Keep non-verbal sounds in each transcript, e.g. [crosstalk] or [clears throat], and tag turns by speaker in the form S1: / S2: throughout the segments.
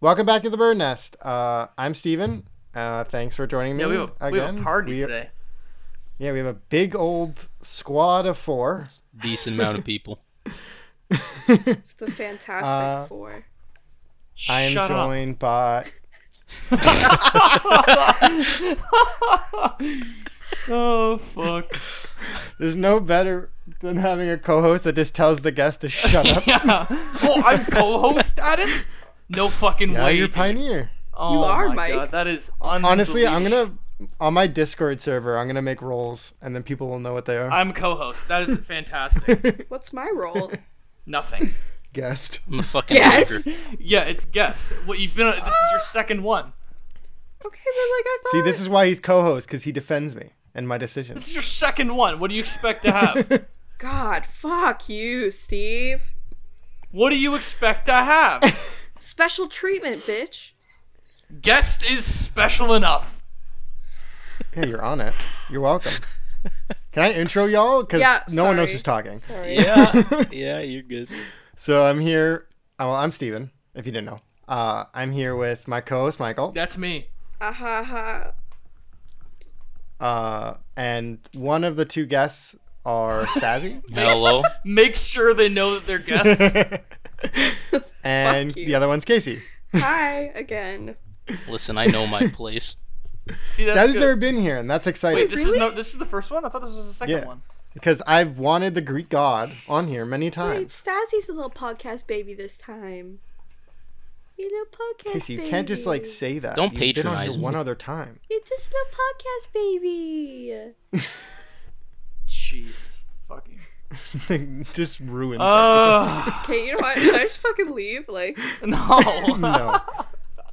S1: Welcome back to the Bird Nest. Uh, I'm Steven. Uh, thanks for joining me
S2: Yeah, we have, a-
S1: again.
S2: we have a party
S1: We-
S2: today.
S1: Yeah, we have a big old squad of four.
S3: Decent amount
S1: [laughs]
S3: of people.
S4: It's the Fantastic
S1: Uh,
S4: Four.
S1: I am
S2: Shut [laughs]
S1: joined by.
S2: up. oh fuck.
S1: There's no better than having a co-host that just tells the guest to shut
S2: [laughs]
S1: up.
S3: yeah. Oh, I'm co-host status? No fucking
S1: yeah,
S3: way.
S1: you're
S3: dude.
S1: pioneer.
S2: Oh,
S4: are,
S2: my
S4: Mike.
S2: God, that is
S1: Honestly, I'm
S2: unbelievable.
S1: gonna on my Discord server. I'm gonna make roles, and then people will know what they are.
S2: I'm co-host. That is fantastic.
S4: What's my role?
S2: Nothing.
S1: [laughs] Guest.
S3: I'm a fucking
S4: [laughs] yes.
S3: worker.
S4: Okay,
S2: Yeah, it's guest. What you've been? This is your second one.
S4: but like I thought.
S1: See, this is why he's co-host because he defends me and my decisions.
S2: This is your second one. What do you expect
S1: [laughs]
S2: to have?
S4: God, fuck you, Steve.
S2: what do you expect to have?
S4: Special treatment, bitch.
S2: Guest is special enough.
S1: Hey, you're on it. You're welcome. Can I intro y'all? Because
S4: Yeah,
S1: no one knows
S4: sorry.
S1: who's talking.
S3: [laughs]
S4: Sorry.
S3: Yeah. Yeah, you're good.
S1: So I'm here. oh, Well, I'm Steven, if you didn't know. Uh, I'm here with my co-host Michael,
S2: That's me.
S4: Ah ha ha.
S1: uh, and one of the two guests
S4: [laughs]
S1: are Stazzy,
S3: Hello.
S2: Make sure they know that
S1: [laughs]
S2: they're guests.
S1: and
S4: Fuck you.
S1: the other one's Casey.
S4: Hi
S1: [laughs]
S4: again.
S3: Listen, I know my place. [laughs]
S2: See, that's
S1: Stazzy's
S2: good.
S1: never been here, and that's exciting
S2: Wait, this is
S4: Really?
S2: no. This is the first one. I thought this was the second
S1: Yeah.
S2: one.
S1: [laughs] because I've wanted the Greek god on here many
S4: Wait,
S1: times.
S4: Stazzy's a little podcast baby this time. You little podcast
S1: Casey,
S4: baby.
S1: you can't just like say that.
S3: Don't
S1: You've been on here
S3: patronize me.
S1: one other time. [laughs]
S4: You're just a little podcast baby.
S2: Jesus
S1: [laughs]
S2: fucking.
S1: just ruins [laughs]
S2: Uh,
S4: Okay, you know what? Should I just fucking leave? Like,
S2: no.
S1: [laughs] everything. No.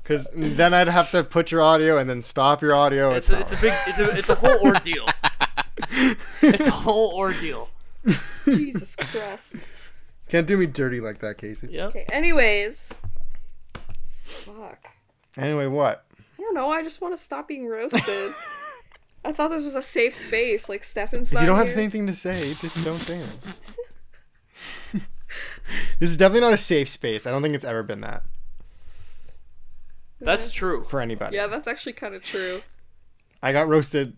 S1: Because then I'd have to put your audio and then stop your audio.
S2: It's a, it's a big. It's a, it's a whole ordeal.
S1: [laughs]
S2: It's a whole ordeal.
S4: Jesus Christ.
S1: Can't do me dirty like that, Casey.
S2: Yep.
S4: Okay, anyways. Fuck.
S1: Anyway, what?
S4: I don't know. I just want to stop being roasted. I thought this was a safe space. Like Stefan's
S1: If
S4: not.
S1: you don't have
S4: here.
S1: anything to say, just don't say it. [laughs] this is definitely not a safe space. I don't think it's ever been that
S2: That's true.
S1: for anybody.
S4: Yeah, that's actually kind of true.
S1: I got roasted,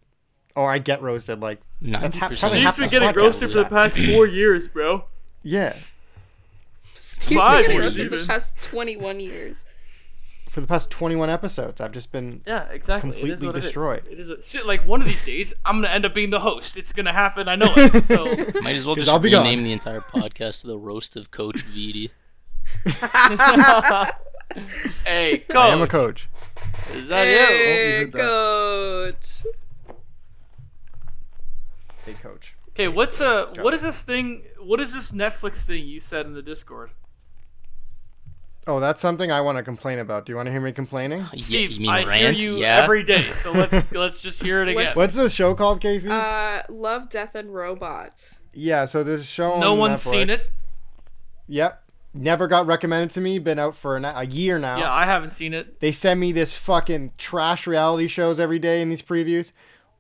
S1: or I get roasted. Like,
S3: Ninety
S1: hap- probably hap-
S3: percent.
S2: Steve's
S1: half the
S2: been getting
S1: podcast
S2: roasted
S1: is
S2: for the
S1: that. [clears throat]
S2: past four years, bro.
S1: yeah,
S4: Steve's been
S2: Five
S4: getting
S2: years
S4: roasted for the
S2: even.
S4: past 21 years.
S1: for the past 21 episodes, I've just
S2: [laughs]
S1: been.
S2: Yeah, exactly. it is
S1: Completely
S2: what
S1: destroyed.
S2: It is, it is a, shit, like one of these days, I'm gonna end up being the host. It's gonna happen. I know it. So
S3: Might as well
S1: 'Cause
S3: just
S1: I'll be gone.
S3: rename the entire podcast to the roast of Coach Vidi.
S2: [laughs] hey, coach.
S1: I am a coach.
S2: Is that Oh, you?
S4: Hey,
S1: heard that.
S4: goat.
S1: Hey, coach.
S2: Okay, what's uh,
S1: go.
S2: what is this thing? What is this Netflix thing you said in the Discord?
S1: Oh, that's something I want to complain about. Do you want to hear me complaining?
S3: Yeah,
S2: Steve,
S3: you mean
S2: I
S3: rant?
S2: hear you
S3: yeah.
S2: every
S3: [laughs]
S2: day, so let's let's just hear it again.
S4: What's-
S1: What's the show called, Casey?
S4: Uh, love, death, and robots.
S1: yeah, so there's a show.
S2: No
S1: on
S2: one's
S1: Netflix.
S2: seen it.
S1: Yep. Never got recommended to me. Been out for an, a year now.
S2: Yeah, I haven't seen it.
S1: They send me this fucking trash reality shows every day in these previews.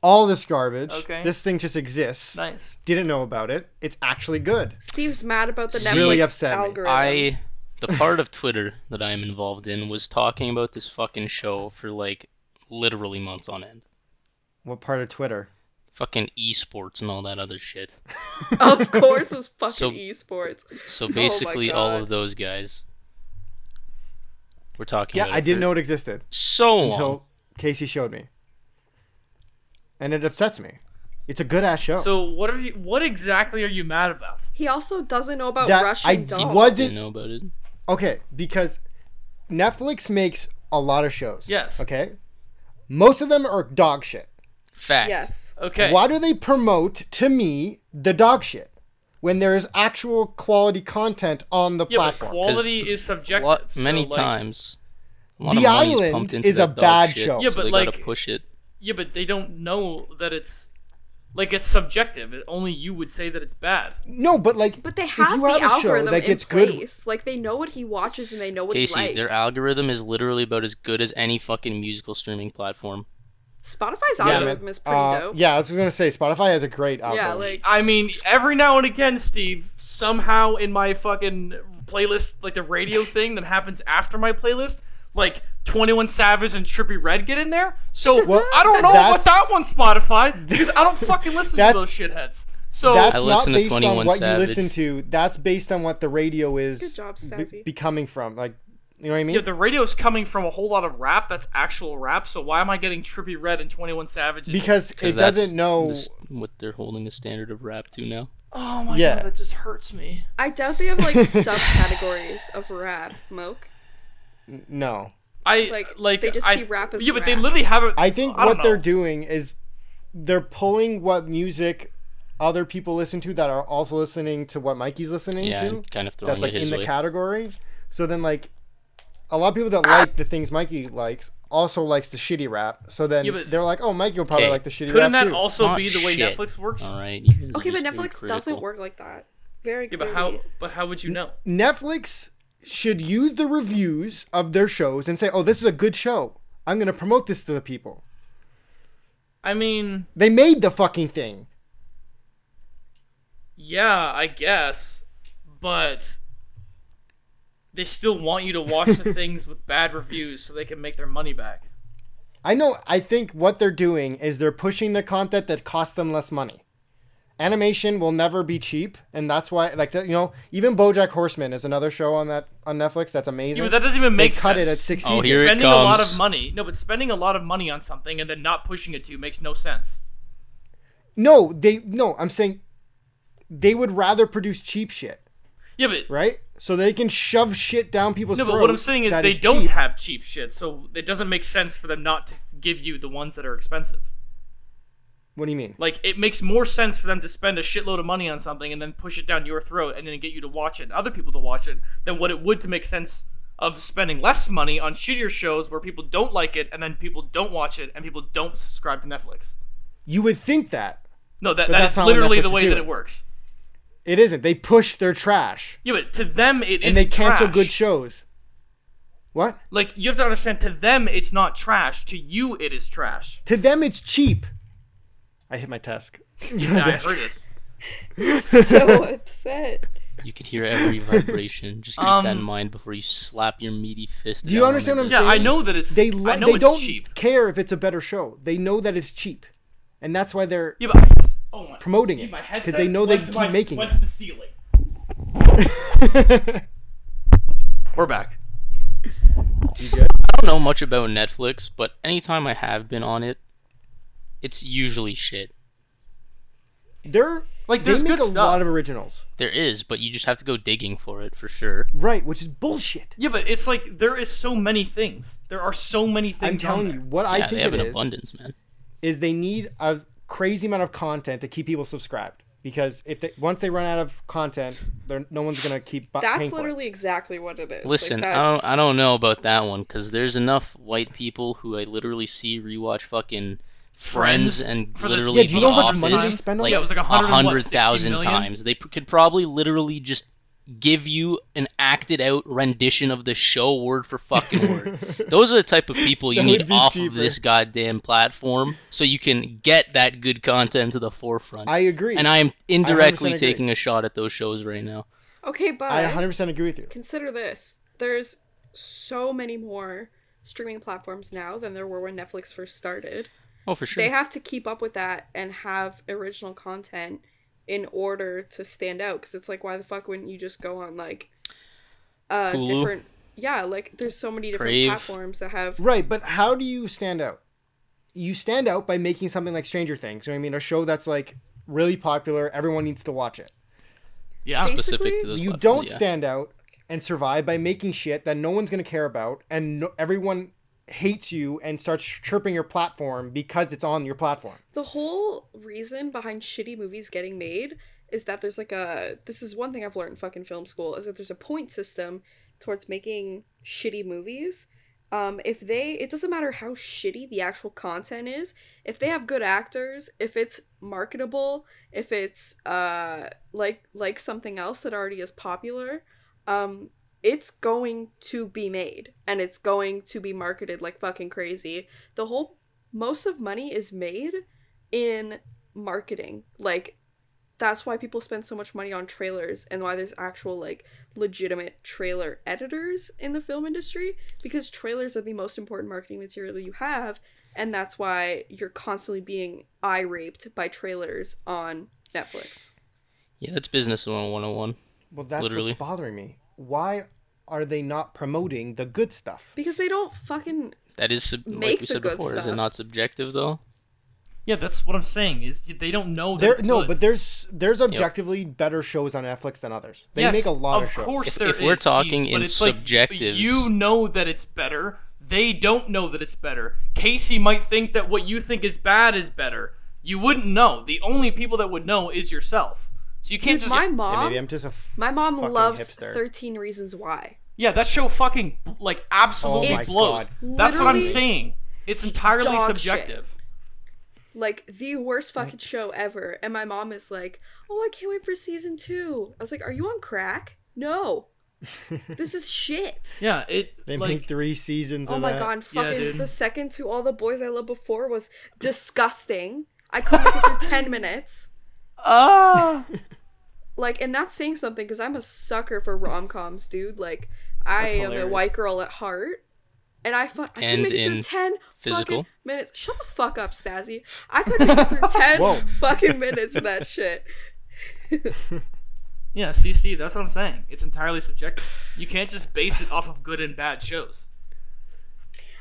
S1: All this garbage.
S2: Okay.
S1: This thing just exists.
S2: Nice.
S1: Didn't know about it. It's actually good.
S4: Steve's mad about the Netflix
S3: Really
S1: upset me.
S4: algorithm.
S3: I the part of Twitter that I am involved in was talking about this fucking show for like literally months on end.
S1: What part of Twitter?
S3: Fucking esports and all that other shit.
S4: Of course, it's fucking
S3: So-
S4: esports.
S2: [laughs]
S3: So
S2: Oh
S3: basically, all
S4: God.
S3: of those guys were talking.
S1: Yeah,
S3: about
S1: I
S3: it
S1: didn't
S3: for
S1: know it existed
S3: so long.
S1: until Casey showed me. And it upsets me. It's a good ass show.
S2: So what are you? What exactly are you mad about?
S4: He also doesn't know about
S1: That-
S4: Russian
S1: I
S4: dolls.
S1: was-
S3: didn't know about it.
S1: okay, because Netflix makes a lot of shows.
S2: Yes.
S1: Okay? Most of them are dog shit.
S3: Fact.
S4: Yes.
S2: Okay.
S1: Why do they promote to me the dog shit when there is actual quality content on the
S2: Yeah, but
S1: platform?
S2: quality is subjective.
S3: Lot,
S2: so,
S3: many
S2: like-
S3: times. A lot
S1: The
S3: of money's
S1: Island
S3: pumped into
S1: is
S3: that
S1: a
S3: dog
S1: bad
S3: shit,
S1: show.
S3: So
S2: Yeah, but
S3: they
S2: like-
S3: gotta push it.
S2: Yeah, but they don't know that it's like it's subjective. It- only you would say that it's bad.
S1: No, but like,
S4: But they
S1: if
S4: have
S1: you
S4: the
S1: a show
S4: algorithm
S1: that
S4: in
S1: gets good-
S4: place. Like they know what he watches and they know what
S3: Casey,
S4: he likes.
S3: their algorithm is literally about as good as any fucking musical streaming platform.
S4: Spotify's
S1: Yeah,
S4: algorithm is pretty
S1: uh,
S4: dope.
S1: yeah, I was gonna say Spotify has a great
S4: Yeah,
S1: algorithm.
S4: like
S2: I mean, every now and again, Steve, somehow in my fucking playlist, like the radio thing that happens after my playlist, like 21 Savage and Trippy Red get in there. So
S1: Well,
S2: I don't know
S1: that's-
S2: what's out on Spotify because I don't fucking listen to
S1: That's-
S2: those shitheads. So
S1: that's
S3: I
S1: not
S3: listen to
S1: based
S3: 21
S1: on what you
S3: Savage.
S1: listen to. That's based on what the radio is
S4: Good job,
S1: be-
S4: Stazzy.
S1: becoming from. Like, you know what I mean?
S2: yeah, the radio's coming from a whole lot of rap that's actual rap. So why am I getting Trippy Red and 21 Savage? And...
S1: because it doesn't know.
S3: what they're holding the standard of rap to now.
S2: oh my
S1: Yeah.
S2: god, that just hurts me.
S4: I doubt they have like subcategories of rap, Moke.
S1: No,
S2: I
S4: Like,
S2: like,
S4: they just
S2: I,
S4: see rap as
S2: yeah, but they
S4: rap.
S2: literally have it.
S1: I think
S2: I don't
S1: what they're
S2: know.
S1: doing is they're pulling what music other people listen to that are also listening to what Mikey's listening
S3: Yeah,
S1: to.
S3: and kind of throwing
S1: That's like
S3: it
S1: in
S3: his
S1: the
S3: way.
S1: category. So then, like, a lot of people that like the things Mikey likes also likes the shitty rap. So then
S2: Yeah, but-
S1: they're like, oh, Mikey will probably
S3: Okay.
S1: like the shitty
S2: Couldn't
S1: rap
S2: that
S1: too.
S2: also
S3: Not
S2: be the way
S3: shit.
S2: Netflix works?
S3: All right. you guys are
S4: Okay,
S3: just
S4: but
S3: being
S4: Netflix doesn't
S3: critical.
S4: work like that. Very
S2: Yeah,
S4: clearly. [laughs]
S2: but how?
S3: [laughs]
S2: But how would you know?
S1: Netflix should use the reviews of their shows and say, oh, this is a good show. I'm going to promote this to the people.
S2: I mean,
S1: They made the fucking thing.
S2: yeah, I guess, but they still want you to watch
S1: [laughs]
S2: the things with bad reviews so they can make their money back.
S1: I know. I think what they're doing is they're pushing the content that costs them less money. Animation will never be cheap, and that's why, like, you know, even BoJack Horseman is another show on that on Netflix that's amazing.
S2: Yeah, but that doesn't even
S1: they
S2: make
S1: cut
S2: sense.
S1: it at six
S3: Oh,
S1: seasons.
S3: here it
S2: spending a lot
S3: comes.
S2: of money. No, but spending a lot of money on something and then not pushing it to you makes no sense.
S1: No, they no. I'm saying they would rather produce cheap shit,
S2: Yeah, but
S1: right? So they can shove shit down people's
S2: no,
S1: throats.
S2: but what I'm saying is
S1: that
S2: they don't
S1: cheap.
S2: have cheap shit, so it doesn't make sense for them not to give you the ones that are expensive.
S1: What do you mean?
S2: Like it makes more sense for them to spend a shitload of money on something and then push it down your throat and then get you to watch it and other people to watch it than what it would to make sense of spending less money on shittier shows where people don't like it and then people don't watch it and people don't subscribe to Netflix.
S1: You would think that
S2: No, that,
S1: But
S2: that
S1: that's
S2: is
S1: not what
S2: literally the
S1: Netflix
S2: way
S1: do.
S2: that it works.
S1: it isn't. They push their trash
S2: Yeah, but to them it is
S1: and they cancel
S2: trash.
S1: good shows. What?
S2: Like you have to understand, to them it's not trash. To you it is trash.
S1: To them, it's cheap. I hit my [laughs] desk.
S2: Yeah, I heard
S1: [laughs]
S2: it.
S4: so upset.
S3: You could hear
S4: [laughs]
S3: every vibration. Just keep that in
S2: Um,
S3: mind before you slap your meaty fist.
S1: Do you
S3: down on
S1: understand
S3: the
S1: what I'm
S3: desk.
S2: Yeah, I know that it's.
S1: They
S2: I
S1: li-
S2: know
S1: they
S2: it's
S1: don't
S2: cheap.
S1: care if it's a better show. They know that it's cheap, and that's why they're.
S2: Yeah, but I just, oh my,
S1: Promoting
S2: see,
S1: it,
S2: my
S1: 'cause they
S2: headset
S1: know they
S2: went to
S1: keep
S2: my-
S1: making
S2: went
S1: it.
S2: to the ceiling. We're back.
S3: I don't know much about Netflix, but anytime I have been on it, it's usually shit.
S1: [laughs] they're
S2: Like,
S1: they
S2: there's
S1: make
S2: good
S1: a
S2: stuff.
S1: lot of originals,
S3: There is, but you just have to go digging for it for sure.
S1: right? Which is bullshit.
S2: Yeah, but it's like there is so many things. There are so many things.
S1: I'm telling
S2: on
S1: you,
S2: there.
S1: what
S3: yeah,
S1: I
S3: they
S1: think
S3: have
S1: it
S3: an
S1: is
S3: abundance, man.
S1: is they need a crazy amount of content to keep people subscribed. Because if they once they run out of content, they're, no one's gonna keep. bu- paying
S4: That's
S1: for it.
S4: literally exactly what it is.
S3: Listen,
S4: like,
S3: I
S4: that's...
S3: don't, I don't know about that one because there's enough white people who I literally see rewatch fucking Friends
S2: Friends?
S3: and
S2: For the-
S3: literally
S2: Yeah, do you
S3: The
S2: know how much money they
S3: Office,
S1: spend on
S3: like
S1: that?
S2: Yeah, it was like
S3: a
S2: 100 and what,
S3: hundred
S2: 60
S3: thousand
S2: million?
S3: times. They p- could probably literally just give you an acted out rendition of the show word for fucking
S1: [laughs]
S3: word. Those are the type of people you
S1: That
S3: need
S1: would be
S3: off
S1: cheaper.
S3: of this goddamn platform so you can get that good content to the forefront.
S1: I agree.
S3: and I am indirectly
S1: 100% agree.
S3: taking a shot at those shows right now.
S4: Okay, but
S1: I 100% agree with you.
S4: consider this. There's so many more streaming platforms now than there were when Netflix first started.
S3: Oh, for sure.
S4: They have to keep up with that and have original content in order to stand out because it's like why the fuck wouldn't you just go on like uh
S3: Hulu?
S4: different yeah, like there's so many different
S3: Crave.
S4: platforms that have
S1: Right, but how do you stand out? You stand out by making something like Stranger Things. You know what I mean? A show that's like really popular, everyone needs to watch it.
S2: Yeah,
S3: specific
S4: Basically,
S3: to those
S1: you
S3: platforms,
S1: don't
S3: yeah.
S1: stand out and survive by making shit that no one's going to care about and no, everyone hates you and starts chirping your platform because it's on your platform.
S4: the whole reason behind shitty movies getting made is that there's like a this is one thing I've learned in fucking film school is that there's a point system towards making shitty movies. Um, if they it doesn't matter how shitty the actual content is, if they have good actors, if it's marketable, if it's uh like like something else that already is popular, um it's going to be made and it's going to be marketed like fucking crazy. The whole most of money is made in marketing like that's why people spend so much money on trailers and why there's actual like legitimate trailer editors in the film industry because trailers are the most important marketing material you have and that's why you're constantly being eye raped by trailers on Netflix.
S3: Yeah, that's business 101.
S1: Well, that's
S3: Literally.
S1: what's bothering me. Why are they not promoting the good stuff?
S4: Because they don't fucking
S3: That is sub-
S4: Make
S3: like we
S4: the
S3: said
S4: good
S3: before. Is it
S4: stuff.
S3: not subjective though?
S2: Yeah, that's what I'm saying. Is they don't know. That
S1: There,
S2: it's
S1: no,
S2: good.
S1: but there's there's objectively better shows on Netflix than others. They
S2: Yes,
S1: make a lot of, shows.
S2: course
S3: If-
S2: there
S3: if we're
S2: is,
S3: talking
S2: Steve, but
S3: in
S2: it's like,
S3: subjectives-
S2: you know that it's better. They don't know that it's better. Casey might think that what you think is bad is better. You wouldn't know. The only people that would know is yourself. So you can't
S4: Dude,
S2: just
S4: my
S1: Yeah,
S4: mom
S1: maybe I'm just a. F-
S4: my mom
S1: fucking
S4: loves
S1: hipster.
S4: 13 reasons why.
S2: yeah. That show fucking like absolutely
S1: Oh my God.
S2: blows. That's what I'm
S4: Literally
S2: saying. It's entirely
S4: dog
S2: subjective.
S4: Like the worst fucking show ever. And my mom is like, "Oh, I can't wait for season 2." I was like, "Are you on crack?" No.
S2: [laughs]
S4: this is shit.
S2: Yeah. It
S1: They
S2: like
S1: made three seasons
S4: Oh
S1: of
S4: my
S1: that.
S4: god,
S2: Yeah,
S4: fucking
S2: dude.
S4: the second to all the boys I loved before was disgusting. I couldn't make it through
S2: [laughs]
S4: 10 minutes.
S2: ah.
S4: Like, and that's saying something because I'm a sucker for rom coms, dude. Like, I
S2: That's
S4: am a
S2: hilarious.
S4: white girl at heart. And I, fu- I couldn't
S3: And
S4: make it through
S3: in
S4: 10
S3: physical?
S4: fucking minutes. Shut the fuck up, Stazzy. I couldn't make it through
S2: [laughs]
S4: 10
S1: Whoa.
S4: fucking minutes of that shit.
S2: [laughs] Yeah, see, see, that's what I'm saying. It's entirely subjective. You can't just base it off of good and bad shows.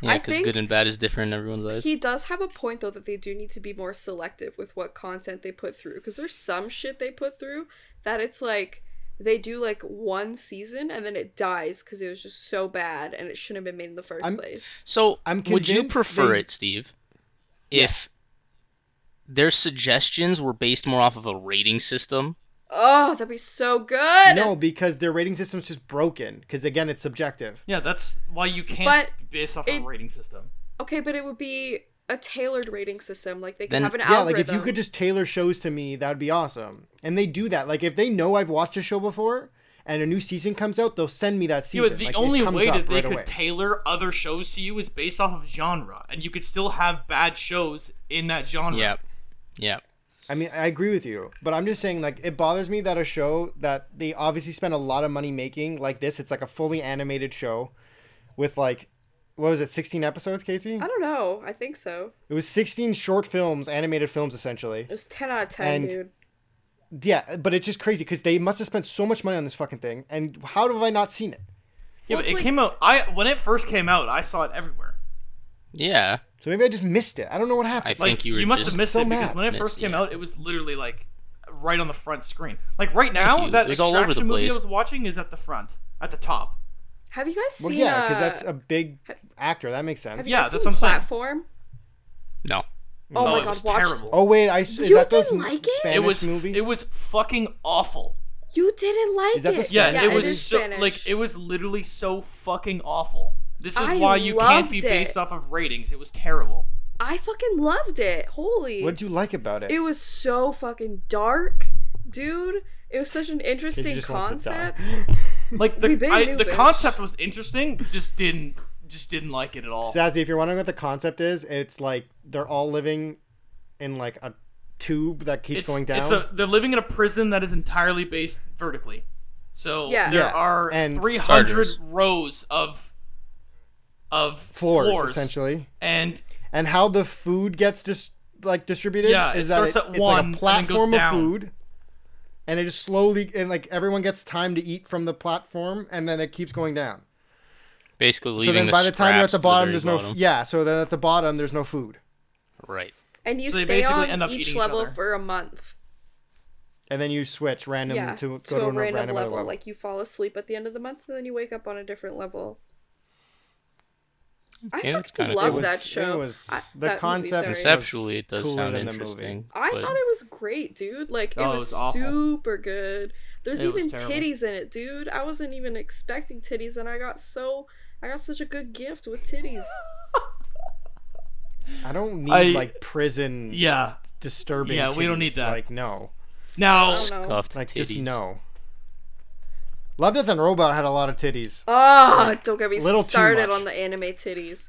S3: Yeah,
S4: I
S3: because
S4: think
S3: good and bad is different in everyone's eyes.
S4: He does have a point though that they do need to be more selective with what content they put through because there's some shit they put through that it's like they do like one season and then it dies because it was just so bad and it shouldn't have been made in the 1st
S1: I'm-
S4: place.
S3: So,
S1: I'm
S3: would you
S1: convinced
S3: prefer
S1: they-
S3: it, Steve, if their suggestions were based more off of a rating system?
S4: Oh, that'd be so good.
S1: No, because their rating system's just broken. Because again, it's subjective.
S2: Yeah, that's why you can't
S4: But
S2: base off
S4: it-
S2: a rating system.
S4: Okay, but it would be a tailored rating system. Like they could
S3: Then-
S4: have an
S1: yeah,
S4: algorithm.
S1: like if you could just tailor shows to me, that would be awesome. And they do that. Like if they know I've watched a show before and a new season comes out, they'll send me that
S2: Yeah,
S1: season.
S2: but the
S1: Like, it
S2: only
S1: comes
S2: way
S1: up
S2: that they
S1: right
S2: could
S1: away.
S2: tailor other shows to you is based off of genre, and you could still have bad shows in that genre.
S3: Yeah. Yeah.
S1: I mean, I agree with you, but I'm just saying, like, it bothers me that a show that they obviously spent a lot of money making, like this, it's like a fully animated show with like, what was it, 16 episodes, Casey?
S4: I don't know. I think so.
S1: It was 16 short films, animated films, essentially.
S4: It was 10 out of 10,
S1: And-
S4: dude.
S1: Yeah, but it's just crazy because they must have spent so much money on this fucking thing, and how have I not seen it?
S2: Yeah,
S4: Well,
S2: but
S4: it's
S2: it
S4: like-
S2: came out. I when it first came out, I saw it everywhere.
S3: Yeah.
S1: So maybe I just missed it. I don't know what
S3: I
S1: happened.
S2: Like
S3: think you were
S2: must
S3: just
S2: have missed
S1: so
S2: it because
S1: mad.
S2: when it
S3: Missed,
S2: first came
S3: yeah.
S2: out, it was literally like right on the front screen. Like right now,
S3: you.
S2: that
S3: It was all over the
S2: Extraction movie I
S3: place.
S2: was watching is at the front, at the top.
S4: Have you guys
S1: well,
S4: seen
S1: yeah, because
S4: uh,
S1: that's a big actor. That makes
S4: have
S1: sense.
S4: you
S2: Yeah,
S4: guys
S2: that's
S4: seen
S2: what I'm saying.
S4: platform?
S3: No.
S2: No,
S4: Oh my
S2: it
S4: god,
S2: was
S4: watch
S2: terrible.
S1: Oh wait, I is
S4: You
S1: that the
S4: didn't
S1: sm-
S4: like it? It
S1: Spanish
S2: it was
S1: movie?
S2: it was fucking awful.
S4: You didn't like
S1: Is that the
S4: it.
S2: Yeah,
S1: Yeah,
S2: it
S1: it
S2: was
S1: is
S2: so like it was literally so fucking awful. This is
S4: I
S2: why you can't be
S4: loved it.
S2: based off of ratings. It was terrible.
S4: I fucking loved it. Holy.
S1: What did you like about it?
S4: It was so fucking dark, dude. It was such an
S1: Casey
S4: interesting
S1: just wants to die. [laughs]
S4: concept.
S2: Like
S4: We
S2: the
S4: been
S2: I,
S4: new,
S2: the
S4: bitch.
S2: concept was interesting, just didn't just didn't like it at all.
S1: Sazzy, if you're wondering what the concept is, it's like they're all living in like a tube that keeps
S2: it's
S1: going down.
S2: It's a, they're living in a prison that is entirely based vertically. So
S4: Yeah.
S2: there
S1: Yeah,
S2: are
S1: and
S2: 300
S3: Chargers.
S2: rows of of
S1: floors, essentially.
S2: and
S1: And how the food gets just like distributed
S2: Yeah,
S1: is
S2: it
S1: that
S2: starts at
S1: it's
S2: one
S1: like
S2: and
S1: a
S2: then
S1: platform
S2: goes
S1: of
S2: down.
S1: food. And it just slowly and like everyone gets time to eat from the platform and then it keeps going down.
S3: Basically leaving
S1: so then by the time you're at
S3: scraps
S1: the
S3: to
S1: bottom
S3: very
S1: there's no f
S3: bottom.
S1: yeah, so then at the bottom there's no food.
S3: Right.
S4: And you
S2: So they
S4: stay
S2: basically
S4: on
S2: end up
S4: each
S2: eating each
S4: level
S2: other.
S4: for a month.
S1: And then you switch random
S4: yeah.
S1: to
S4: To,
S1: go to,
S4: a
S1: an-
S4: random,
S1: other
S4: level. Like you fall asleep at the end of the month and then you wake up on a different level. I
S3: Yeah, it's
S4: fucking
S3: kinda
S4: love
S1: cool. It
S4: that
S1: was-
S4: show.
S1: it was-
S4: I-
S1: the
S4: that movie,
S1: concept-
S4: sorry.
S3: Conceptually it does
S1: cooler
S3: sound
S1: than the movie.
S3: interesting.
S4: I
S3: but-
S4: thought it was great, dude. Like it
S2: Oh, it
S4: was,
S2: was awful.
S4: super good. There's
S2: It was
S4: even
S2: terrible.
S4: titties in it, dude. I wasn't even expecting titties, and I got so I got such a good gift with titties.
S1: I don't need
S2: I-
S1: like prison
S2: yeah.
S1: disturbing
S2: Yeah, we don't need
S1: titties.
S2: that.
S1: Like no.
S2: Now
S4: I don't know.
S3: Scuffed
S1: Like just
S3: titties.
S1: no. Love Death and Robot had a lot of titties.
S4: Oh, don't get me
S1: little too
S4: started
S1: much.
S4: on the anime titties.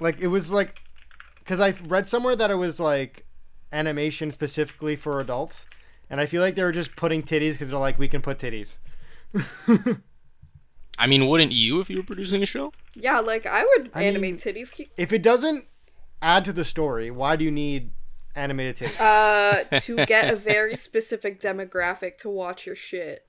S1: Like it was like, because I read somewhere that it was like animation specifically for adults, And I feel like they were just putting titties because they're like, we can put titties.
S3: I mean, wouldn't you if you were producing a show?
S4: Yeah, like I would
S1: I
S4: animate titties. Keep-
S1: If it doesn't add to the story, why do you need animated titties?
S4: Uh, to get a very specific demographic to watch your shit.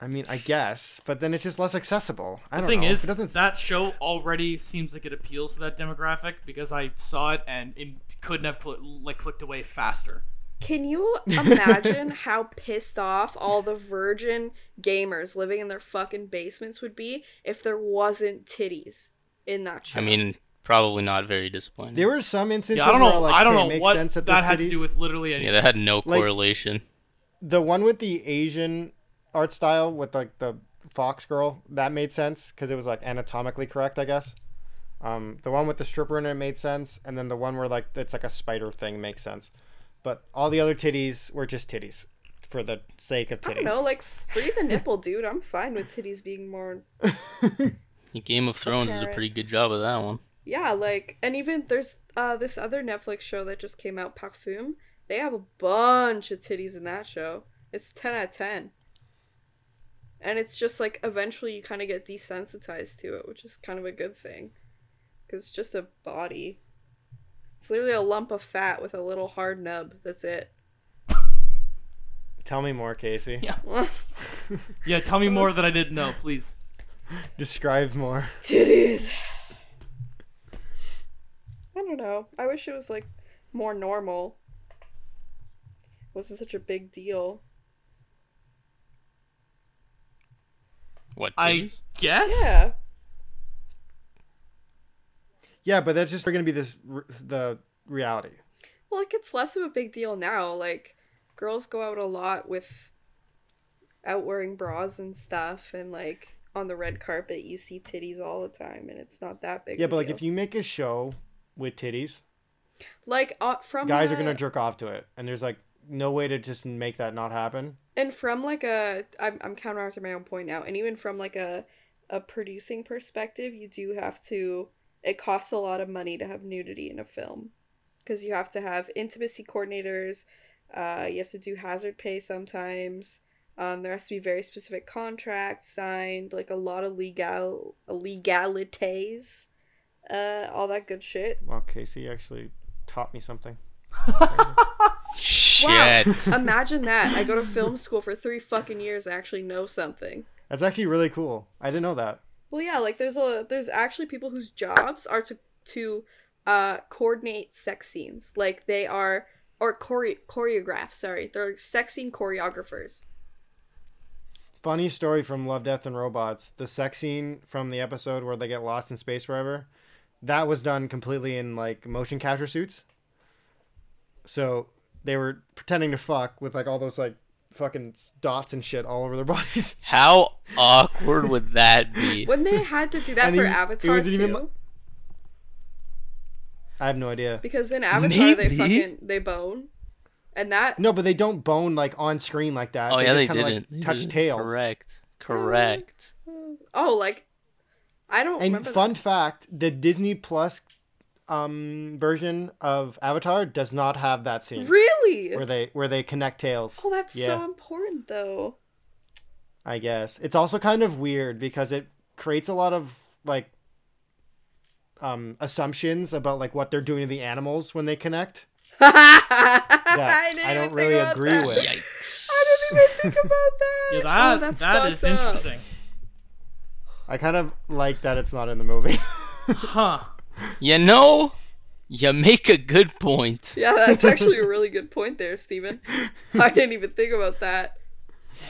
S1: I mean, I guess, but then it's just less accessible. I
S2: The
S1: don't
S2: thing
S1: know.
S2: is,
S1: If it doesn't.
S2: that show already seems like it appeals to that demographic because I saw it and it couldn't have cl- like clicked away faster.
S4: Can you
S3: [laughs]
S4: imagine how pissed off all the virgin gamers living in their fucking basements would be if there wasn't titties in that show?
S3: I mean, probably not very disappointing.
S1: there were some instances
S2: Yeah, I don't know.
S1: where like,
S2: I don't
S1: okay, it
S2: know
S1: makes
S2: what
S1: sense that,
S2: that,
S1: there's
S2: had to
S1: titties.
S2: do with literally anything.
S3: yeah, that had no
S1: like-
S3: correlation.
S1: the one with the Asian art style with like the fox girl that made sense because it was like anatomically correct, I guess. Um, the one with the stripper in it made sense, and then the one where like it's like a spider thing makes sense. But all the other titties were just titties for the sake of
S4: I don't
S1: titties.
S4: know, like free
S3: [laughs]
S4: the nipple, dude. I'm fine with titties being more.
S3: Game of Thrones did a
S4: right.
S3: pretty good job of that one.
S4: Yeah, like, and even there's uh this other Netflix show that just came out, Parfum. They have a bunch of titties in that show. It's ten out of ten. And it's just like eventually you kind of get desensitized to it, which is kind of a good thing, because it's just a body. It's literally a lump of fat with a little hard nub. That's it. [laughs]
S1: Tell me more, Casey. [laughs]
S2: Yeah, tell me more that I didn't know, please.
S1: Describe more.
S4: titties. I don't know. I wish it was like more normal. It wasn't such a big deal.
S3: What?
S2: I
S3: titties?
S2: guess.
S4: Yeah.
S1: Yeah, but that's just going to be this r- the reality.
S4: Well, like it's less of a big deal now. Like girls go out a lot with out wearing bras and stuff and like on the red carpet you see titties all the time and it's not that big.
S1: Yeah, but like if you make a show with titties,
S4: like uh, from
S1: guys are
S4: a-
S1: going to jerk off to it, and there's like no way to just make that not happen.
S4: and from like a I'm, I'm counteracting my own point now and even from like a a producing perspective you do have to it costs a lot of money to have nudity in a film because you have to have intimacy coordinators uh, you have to do hazard pay sometimes um, there has to be very specific contracts signed like a lot of legal legalities uh, all that good shit
S1: [laughs] Wow, Casey actually taught me something.
S3: Shit.
S4: imagine that i go to film school for three fucking years i actually know something
S1: That's actually really cool. I didn't know that.
S4: Well, yeah, like there's a there's actually people whose jobs are to to uh coordinate sex scenes. Like they are or chore- choreograph. Sorry, they're sex scene choreographers.
S1: Funny story from Love, Death, and Robots. The sex scene from the episode where they get lost in space forever, that was done completely in like motion capture suits. So they were pretending to fuck with like all those like fucking s- dots and shit all over their [laughs] bodies.
S3: How awkward would that be?
S4: When
S1: [laughs]
S4: they had to do that
S1: And
S4: for
S1: it- it
S4: Avatar too,
S1: wasn't even li- I have no idea.
S4: because in Avatar
S3: Maybe.
S4: they fucking they bone, and that
S1: No, but they don't bone like on screen like that.
S3: Oh yeah, they
S1: just kinda,
S3: didn't. They
S1: Like, touch
S3: didn't.
S1: tails.
S3: Correct. Correct.
S4: oh like I don't
S1: And
S4: Oh, remember
S1: fun
S4: that.
S1: fact, the Disney Plus um version of Avatar does not have that scene
S4: really.
S1: where they where they connect tails.
S4: Oh, that's so
S1: Yeah.
S4: important though. [laughs]
S1: I guess it's also kind of weird because it creates a lot of like um assumptions about like what they're doing to the animals when they connect.
S4: I,
S1: That
S4: didn't
S1: I,
S4: even
S1: don't
S4: think
S1: really
S4: about
S1: agree
S4: that.
S1: with.
S3: Yikes.
S4: [laughs] I didn't even think
S1: [laughs]
S4: about that.
S2: Yeah, that
S4: oh, that's
S2: that is
S4: fucked up.
S2: interesting.
S1: I kind of like that it's not in the movie. [laughs]
S2: Huh.
S4: Oh
S3: You know, you make a good point.
S4: Yeah, that's actually
S1: [laughs]
S4: a really good point there, Steven. I didn't even think about that.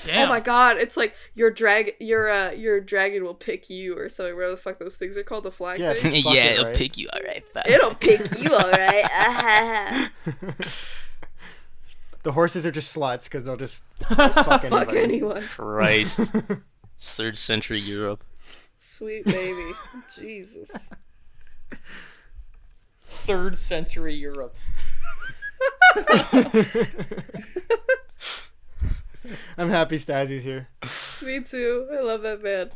S2: Damn.
S4: Oh my god, it's like your drag your uh your dragon will pick you or something, whatever the fuck those things are called, the flag
S1: Yeah. [laughs]
S3: [laughs]
S4: thing.
S3: yeah,
S1: Fuck it,
S3: it'll
S1: right?
S3: pick you. All right. fuck.
S4: It'll pick you,
S1: [laughs]
S4: alright.
S1: the horses are just sluts because they'll
S4: [laughs]
S1: just they'll suck
S4: [laughs] fuck
S1: anybody.
S3: [laughs]
S4: anyone.
S3: Christ. it's third century Europe.
S4: Sweet baby. Jesus.
S2: Third century Europe.
S1: [laughs] I'm happy Stazzy's here.
S4: Me too. I love that man.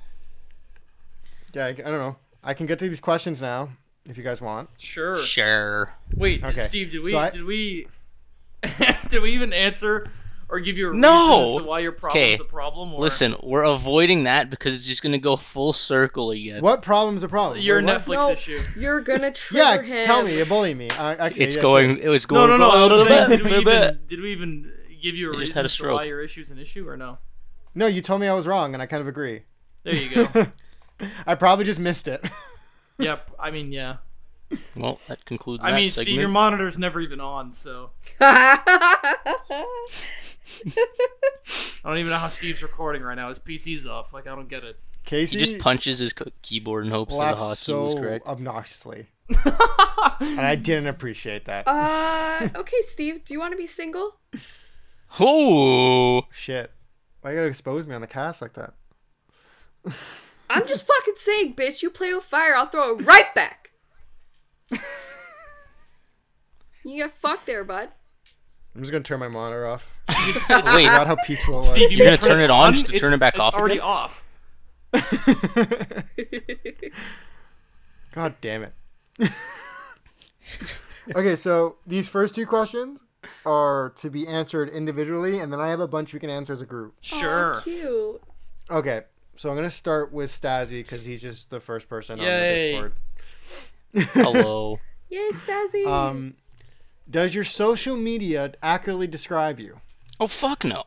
S1: Yeah, I, I don't know. I can get to these questions now if you guys want.
S2: Sure.
S3: Sure.
S2: Wait,
S1: Okay.
S2: Steve, did we [laughs]
S1: So I-
S2: did we did we even answer or give you a reason
S3: No!
S2: as to why your problem's
S3: Okay.
S2: the problem. Or
S3: Listen, we're avoiding that because it's just gonna go full circle again.
S1: What problem's a problem?
S2: your
S1: Wait, what?
S2: Netflix
S4: No.
S2: issue.
S4: You're gonna trigger
S1: Yeah,
S4: him. [laughs]
S1: tell me. You bully me. Uh, okay,
S3: It's
S1: yeah,
S3: going. It was
S2: No,
S3: going.
S2: no, no. I was saying, did, we
S3: blah, blah, blah.
S2: even, did we even give you a
S3: I
S2: reason
S3: just had a
S2: as to why
S3: stroke.
S2: your issue's an issue or no?
S1: sure. No, you told me I was wrong, and I kind of agree.
S2: There you
S1: [laughs]
S2: go.
S1: I probably just missed it. [laughs]
S2: yep. I mean, yeah.
S3: Well, that concludes.
S2: I
S3: that
S2: mean,
S3: segment.
S2: Steve, your monitor's never even on, so I don't even know how Steve's recording right now. His PC's off. Like, I don't get it.
S1: Casey
S3: He just punches his co- keyboard and hopes that the
S1: laughed
S3: hotkey
S1: so
S3: was correct.
S1: obnoxiously, and I didn't appreciate that.
S4: uh, okay, Steve, do you want to be single?
S3: Oh,
S1: Shit. Why you gotta expose me on the cast like that?
S4: I'm just fucking saying, bitch. You play with fire, I'll throw it right back. you got fucked
S2: [laughs]
S4: there, bud.
S1: I'm just gonna turn my monitor off.
S3: [laughs] wait,
S1: Forgot how peaceful it was.
S2: Steve,
S3: You're
S2: can
S3: gonna turn it on just to
S2: It's-
S3: turn it back
S2: it's
S3: off
S2: already
S3: again?
S2: off.
S1: [laughs] God damn it. [laughs] okay, so these first two questions are to be answered individually, and then I have a bunch we can answer as a group.
S2: Sure.
S4: Aw, cute.
S1: Okay, so I'm gonna start with Stazzy because he's just the first person
S2: Yay.
S1: on the Discord. [laughs]
S2: [laughs]
S3: hello.
S4: Yay, Stazzy.
S1: Um, does your social media accurately describe you? [laughs]
S3: Oh fuck no.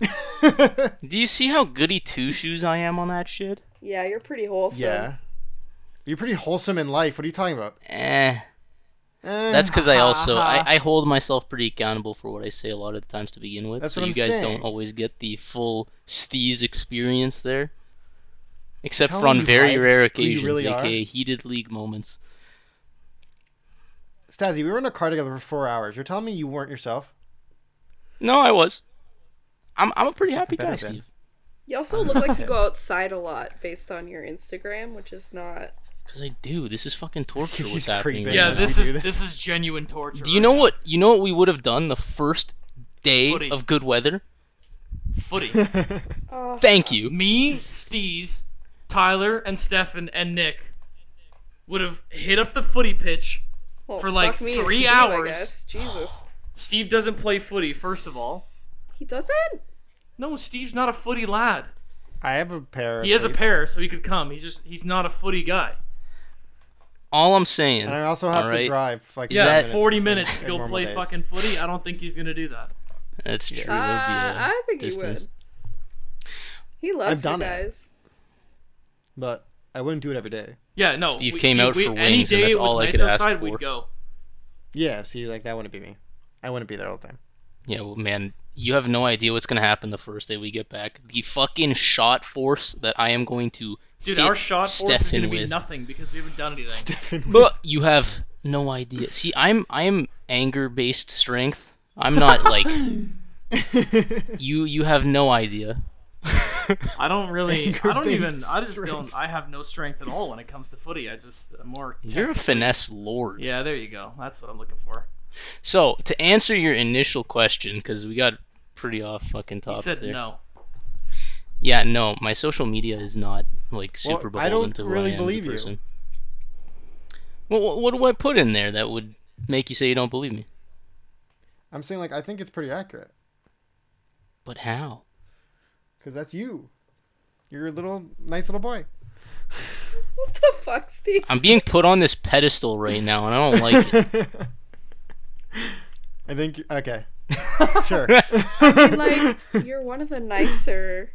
S3: Do you see how goody two shoes I am on that shit?
S4: yeah, you're pretty wholesome.
S1: You're pretty wholesome in life. What are you talking about?
S3: Eh.
S1: Eh,
S3: That's because I also
S4: [laughs]
S3: I, I hold myself pretty accountable for what I say a lot of the times to begin with.
S1: That's
S3: so
S1: what
S3: you
S1: I'm
S3: guys
S1: saying.
S3: don't always get the full Steez experience there, except
S1: Tell
S3: for
S1: me
S3: on
S1: you
S3: very
S1: hide
S3: rare
S1: who you
S3: occasions,
S1: really are.
S3: aka heated league moments.
S1: Stazzy, we were in a car together for four hours. You're telling me you weren't [laughs] yourself?
S3: No, I was. I'm I'm a pretty happy
S1: better
S3: guy,
S1: than.
S3: Steve.
S4: You also look like you
S1: [laughs]
S4: go outside a lot based on your Instagram, which is not.
S3: Because I do. This is fucking
S1: [laughs]
S3: torture.
S1: He's
S3: What's happening?
S1: creeping.
S3: Right
S2: Yeah,
S1: Yeah,
S3: now.
S2: this
S1: we do
S2: is
S1: this.
S2: this is genuine torture.
S3: Do you know what? You know what we would have done the first day
S2: Footy.
S3: of good weather?
S2: Footy.
S4: Oh,
S3: Thank you.
S2: Me, Steez, Tyler, and Stefan and Nick would have hit up the footy pitch.
S4: well,
S2: for, like,
S4: fuck me and
S2: three
S4: Steve, I
S2: hours.
S4: guess. Jesus,
S2: Steve doesn't play footy, first of all.
S4: he doesn't.
S2: No, Steve's not a footy lad.
S1: I have a pair.
S2: He has a
S1: pair.
S2: pair, so he could come. He's just he's not a footy guy.
S3: All I'm saying.
S1: And I also have to
S3: Alright.
S1: drive like
S3: Is
S2: yeah,
S3: that-
S1: minutes [laughs]
S2: 40 minutes to
S1: in
S2: go
S1: normal
S2: play
S1: days.
S2: fucking footy. I don't think he's gonna do that.
S3: That's true. It would be
S4: Uh,
S3: the
S4: I think
S3: distance.
S4: he would. He loves
S1: I've done
S4: you
S1: it.
S4: guys.
S1: But I wouldn't do it every day.
S2: Yeah, no.
S3: Steve
S2: we-
S3: came
S2: see,
S3: out
S2: we-
S3: for
S2: any
S3: wings,
S2: day
S3: and that's
S2: it was
S3: all I
S2: nice
S3: could ask
S2: outside,
S3: for.
S2: We'd go.
S1: Yeah, see, like that wouldn't be me. I wouldn't be there all the time. [laughs]
S3: Yeah, well, man, you have no idea what's gonna happen the first day we get back. The fucking shot force that I am going to.
S2: Dude,
S3: hit
S2: our shot force is
S3: Stefan
S2: gonna be
S3: with.
S2: nothing because we haven't done anything.
S1: Stefan,
S3: But you have no idea. See, I'm I'm anger based strength. I'm
S1: [laughs]
S3: not like you. You have no idea.
S2: I don't really.
S1: Anger
S2: I don't
S1: based
S2: even. I just
S1: strength.
S2: don't. I have no strength at all when it comes to footy. I just I'm more.
S3: You're a finesse lord.
S2: Yeah, there you go. That's what I'm looking for.
S3: So to answer your initial question, because we got pretty off fucking
S2: He
S3: top
S2: said
S3: there.
S2: no.
S3: Yeah, no, my social media is not like
S1: Well,
S3: super
S1: I
S3: beholden
S1: don't
S3: to who
S1: really
S3: I am
S1: believe
S3: as
S1: you.
S3: a person. Well, wh- what do I put in there that would make you say you don't believe me?
S1: [laughs] I'm saying like I think it's pretty accurate
S3: But how?
S1: because that's you. You're a little nice little
S3: [laughs]
S1: boy.
S4: What the fuck, Steve?
S3: I'm being put on this pedestal right now, and I don't like it.
S1: I think you- okay.
S3: [laughs]
S1: Sure.
S4: like you're one of the nicer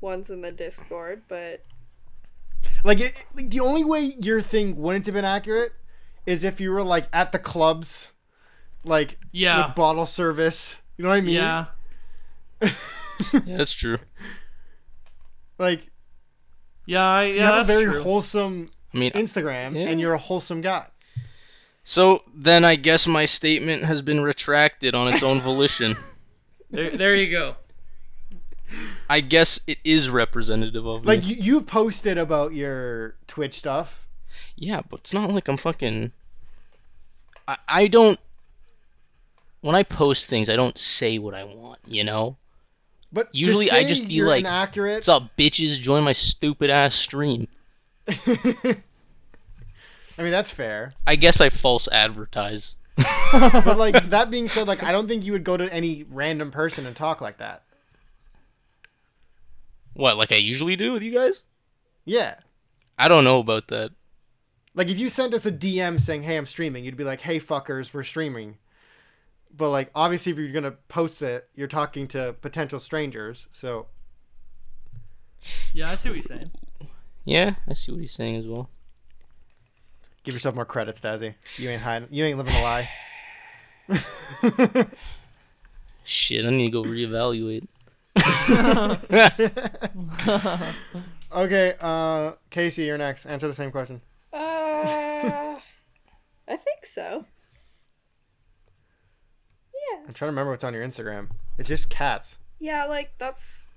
S4: ones in the Discord, but
S1: Like, it, like the only way your thing wouldn't have been accurate is if you were like at the clubs, like
S2: Yeah.
S1: with bottle service. You know what I mean?
S2: Yeah.
S3: [laughs] Yeah, that's true.
S1: Like
S2: Yeah. I-
S1: you
S2: Yeah.
S1: have
S2: That's
S1: a very
S2: true.
S1: wholesome
S3: I mean,
S1: Instagram,
S3: Yeah.
S1: and you're a wholesome guy.
S3: so then I guess my statement has been retracted on its own volition.
S2: there, there you go.
S3: I guess it is representative of
S1: Like
S3: me.
S1: you, you've posted about your Twitch stuff.
S3: Yeah, but it's not like I'm fucking. I, I don't. When I post things, I don't say what I want, you know?
S1: But to
S3: Usually I
S1: say
S3: just be
S1: you're
S3: like,
S1: inaccurate.
S3: What's up, bitches? Join my stupid ass stream.
S1: I mean, that's fair. [laughs]
S3: I guess I false advertise.
S1: But like that being said, like I don't think you would go to any random person and talk like that.
S3: What, like I usually do with you guys?
S1: Yeah.
S3: I don't know about that.
S1: Like if you sent us a DM saying, "Hey, I'm streaming," you'd be like, "Hey, fuckers, we're streaming." But like obviously, if you're gonna post that, you're talking to potential strangers. So
S2: Yeah, I see what you're saying.
S3: Yeah, I see what he's saying as well.
S1: give yourself more credits, Dazzy. You ain't hiding. You ain't living a lie.
S3: Shit, I need to
S1: [laughs]
S3: go reevaluate.
S1: okay, uh, Casey, you're next. Answer the same question.
S4: Uh, I think so. Yeah.
S1: I'm trying to remember what's on your Instagram. It's just cats.
S4: Yeah, like that's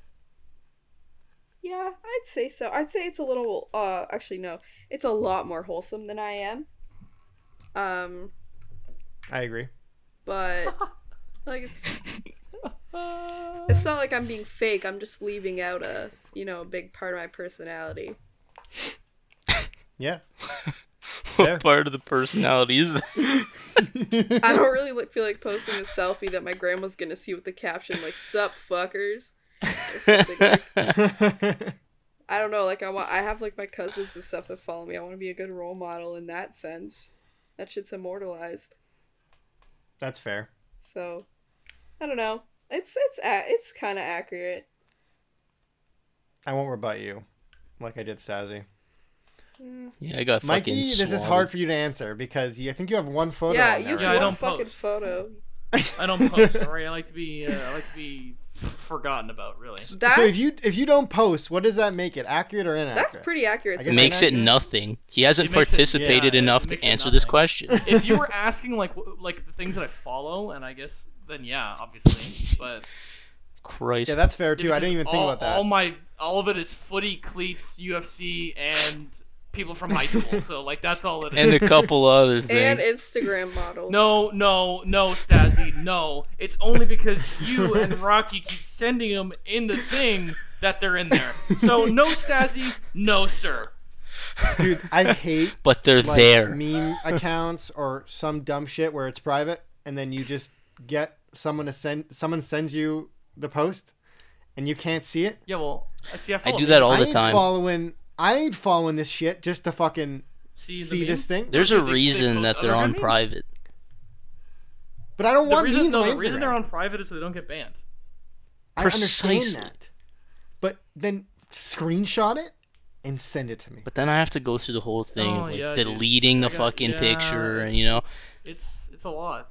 S4: Yeah, I'd say so. I'd say it's a little uh actually no. It's a lot more wholesome than I am. Um,
S1: I agree.
S4: but like it's it's not like I'm being fake. I'm just leaving out a, you know, a big part of my personality.
S1: Yeah. Fair.
S3: What part of the personality is that?
S4: [laughs] I don't really like, feel like posting a selfie that my grandma's going to see with the caption like "sup fuckers." Or something like I don't know, like I want I have like my cousins and stuff that follow me. I want to be a good role model in that sense. That shit's immortalized.
S1: [laughs] That's fair.
S4: So I don't know. It's it's a- it's kind of accurate.
S1: I won't rebut you, like I did Stazzy.
S4: Mm.
S3: yeah, I got
S1: Mikey,
S3: fucking.
S1: this is
S3: swatted.
S1: hard for you to answer because you, I think you have one photo.
S4: yeah,
S1: on
S4: you
S1: there,
S4: have
S2: Yeah, I
S1: right?
S4: one
S2: don't
S4: fucking
S2: post.
S4: photo.
S2: I don't post. Sorry, I like to be. Uh, I like to be forgotten about. Really.
S4: That's
S1: So if you if you don't post, what does that make it accurate or inaccurate?
S4: that's pretty accurate.
S1: I
S4: to
S1: guess
S3: It
S4: me.
S3: makes it
S1: inaccurate.
S3: nothing. He
S2: It
S3: hasn't
S2: makes it-
S3: participated
S2: yeah, it
S3: enough to
S2: makes it
S3: answer this
S2: nothing. [laughs]
S3: question.
S2: [laughs] If you were asking like w- like the things that I follow, and I guess then yeah, obviously. But
S3: Christ.
S1: [laughs] Yeah, that's fair too. I
S2: because
S1: didn't even think
S2: all-
S1: about that.
S2: All my all of it is footy, cleats, UFC, and people from high school. so like that's all it is.
S3: [laughs] and a couple other things.
S4: and Instagram model.
S2: No, no, no, Stazzy, no. It's only because you and Rocky keep sending them in the thing that they're in there. So no, Stazzy, no, sir.
S1: Dude, I
S3: [laughs]
S1: hate
S3: but they're
S1: like
S3: there.
S1: meme accounts or some dumb shit where it's private and then you just get someone to send someone sends you the post and you can't see it.
S2: Yeah, well, I see. I,
S3: I
S2: follow
S3: do that
S2: you.
S3: all
S1: I
S3: the
S1: ain't
S3: time.
S1: Following, I ain't following this shit just to fucking
S2: See, the
S1: see
S2: meme?
S1: this thing.
S3: There's
S2: They-
S3: a
S2: they- they
S3: reason
S2: post
S3: that
S2: other
S3: they're
S2: good
S3: on
S2: memes.
S3: private.
S1: But I don't
S2: The
S1: want
S2: reason,
S1: memes
S2: no,
S1: on
S2: the
S1: Instagram.
S2: reason they're on private is so they don't get banned.
S1: I understand
S3: Precisely.
S1: that. But then screenshot it and send it to me.
S3: But then I have to go through the whole thing,
S2: Oh,
S3: of, like
S2: yeah, dude.
S3: deleting
S2: I
S3: the
S2: got-
S3: fucking
S2: yeah,
S3: picture, and
S2: it's-
S3: you know,
S2: it's, it's it's a lot.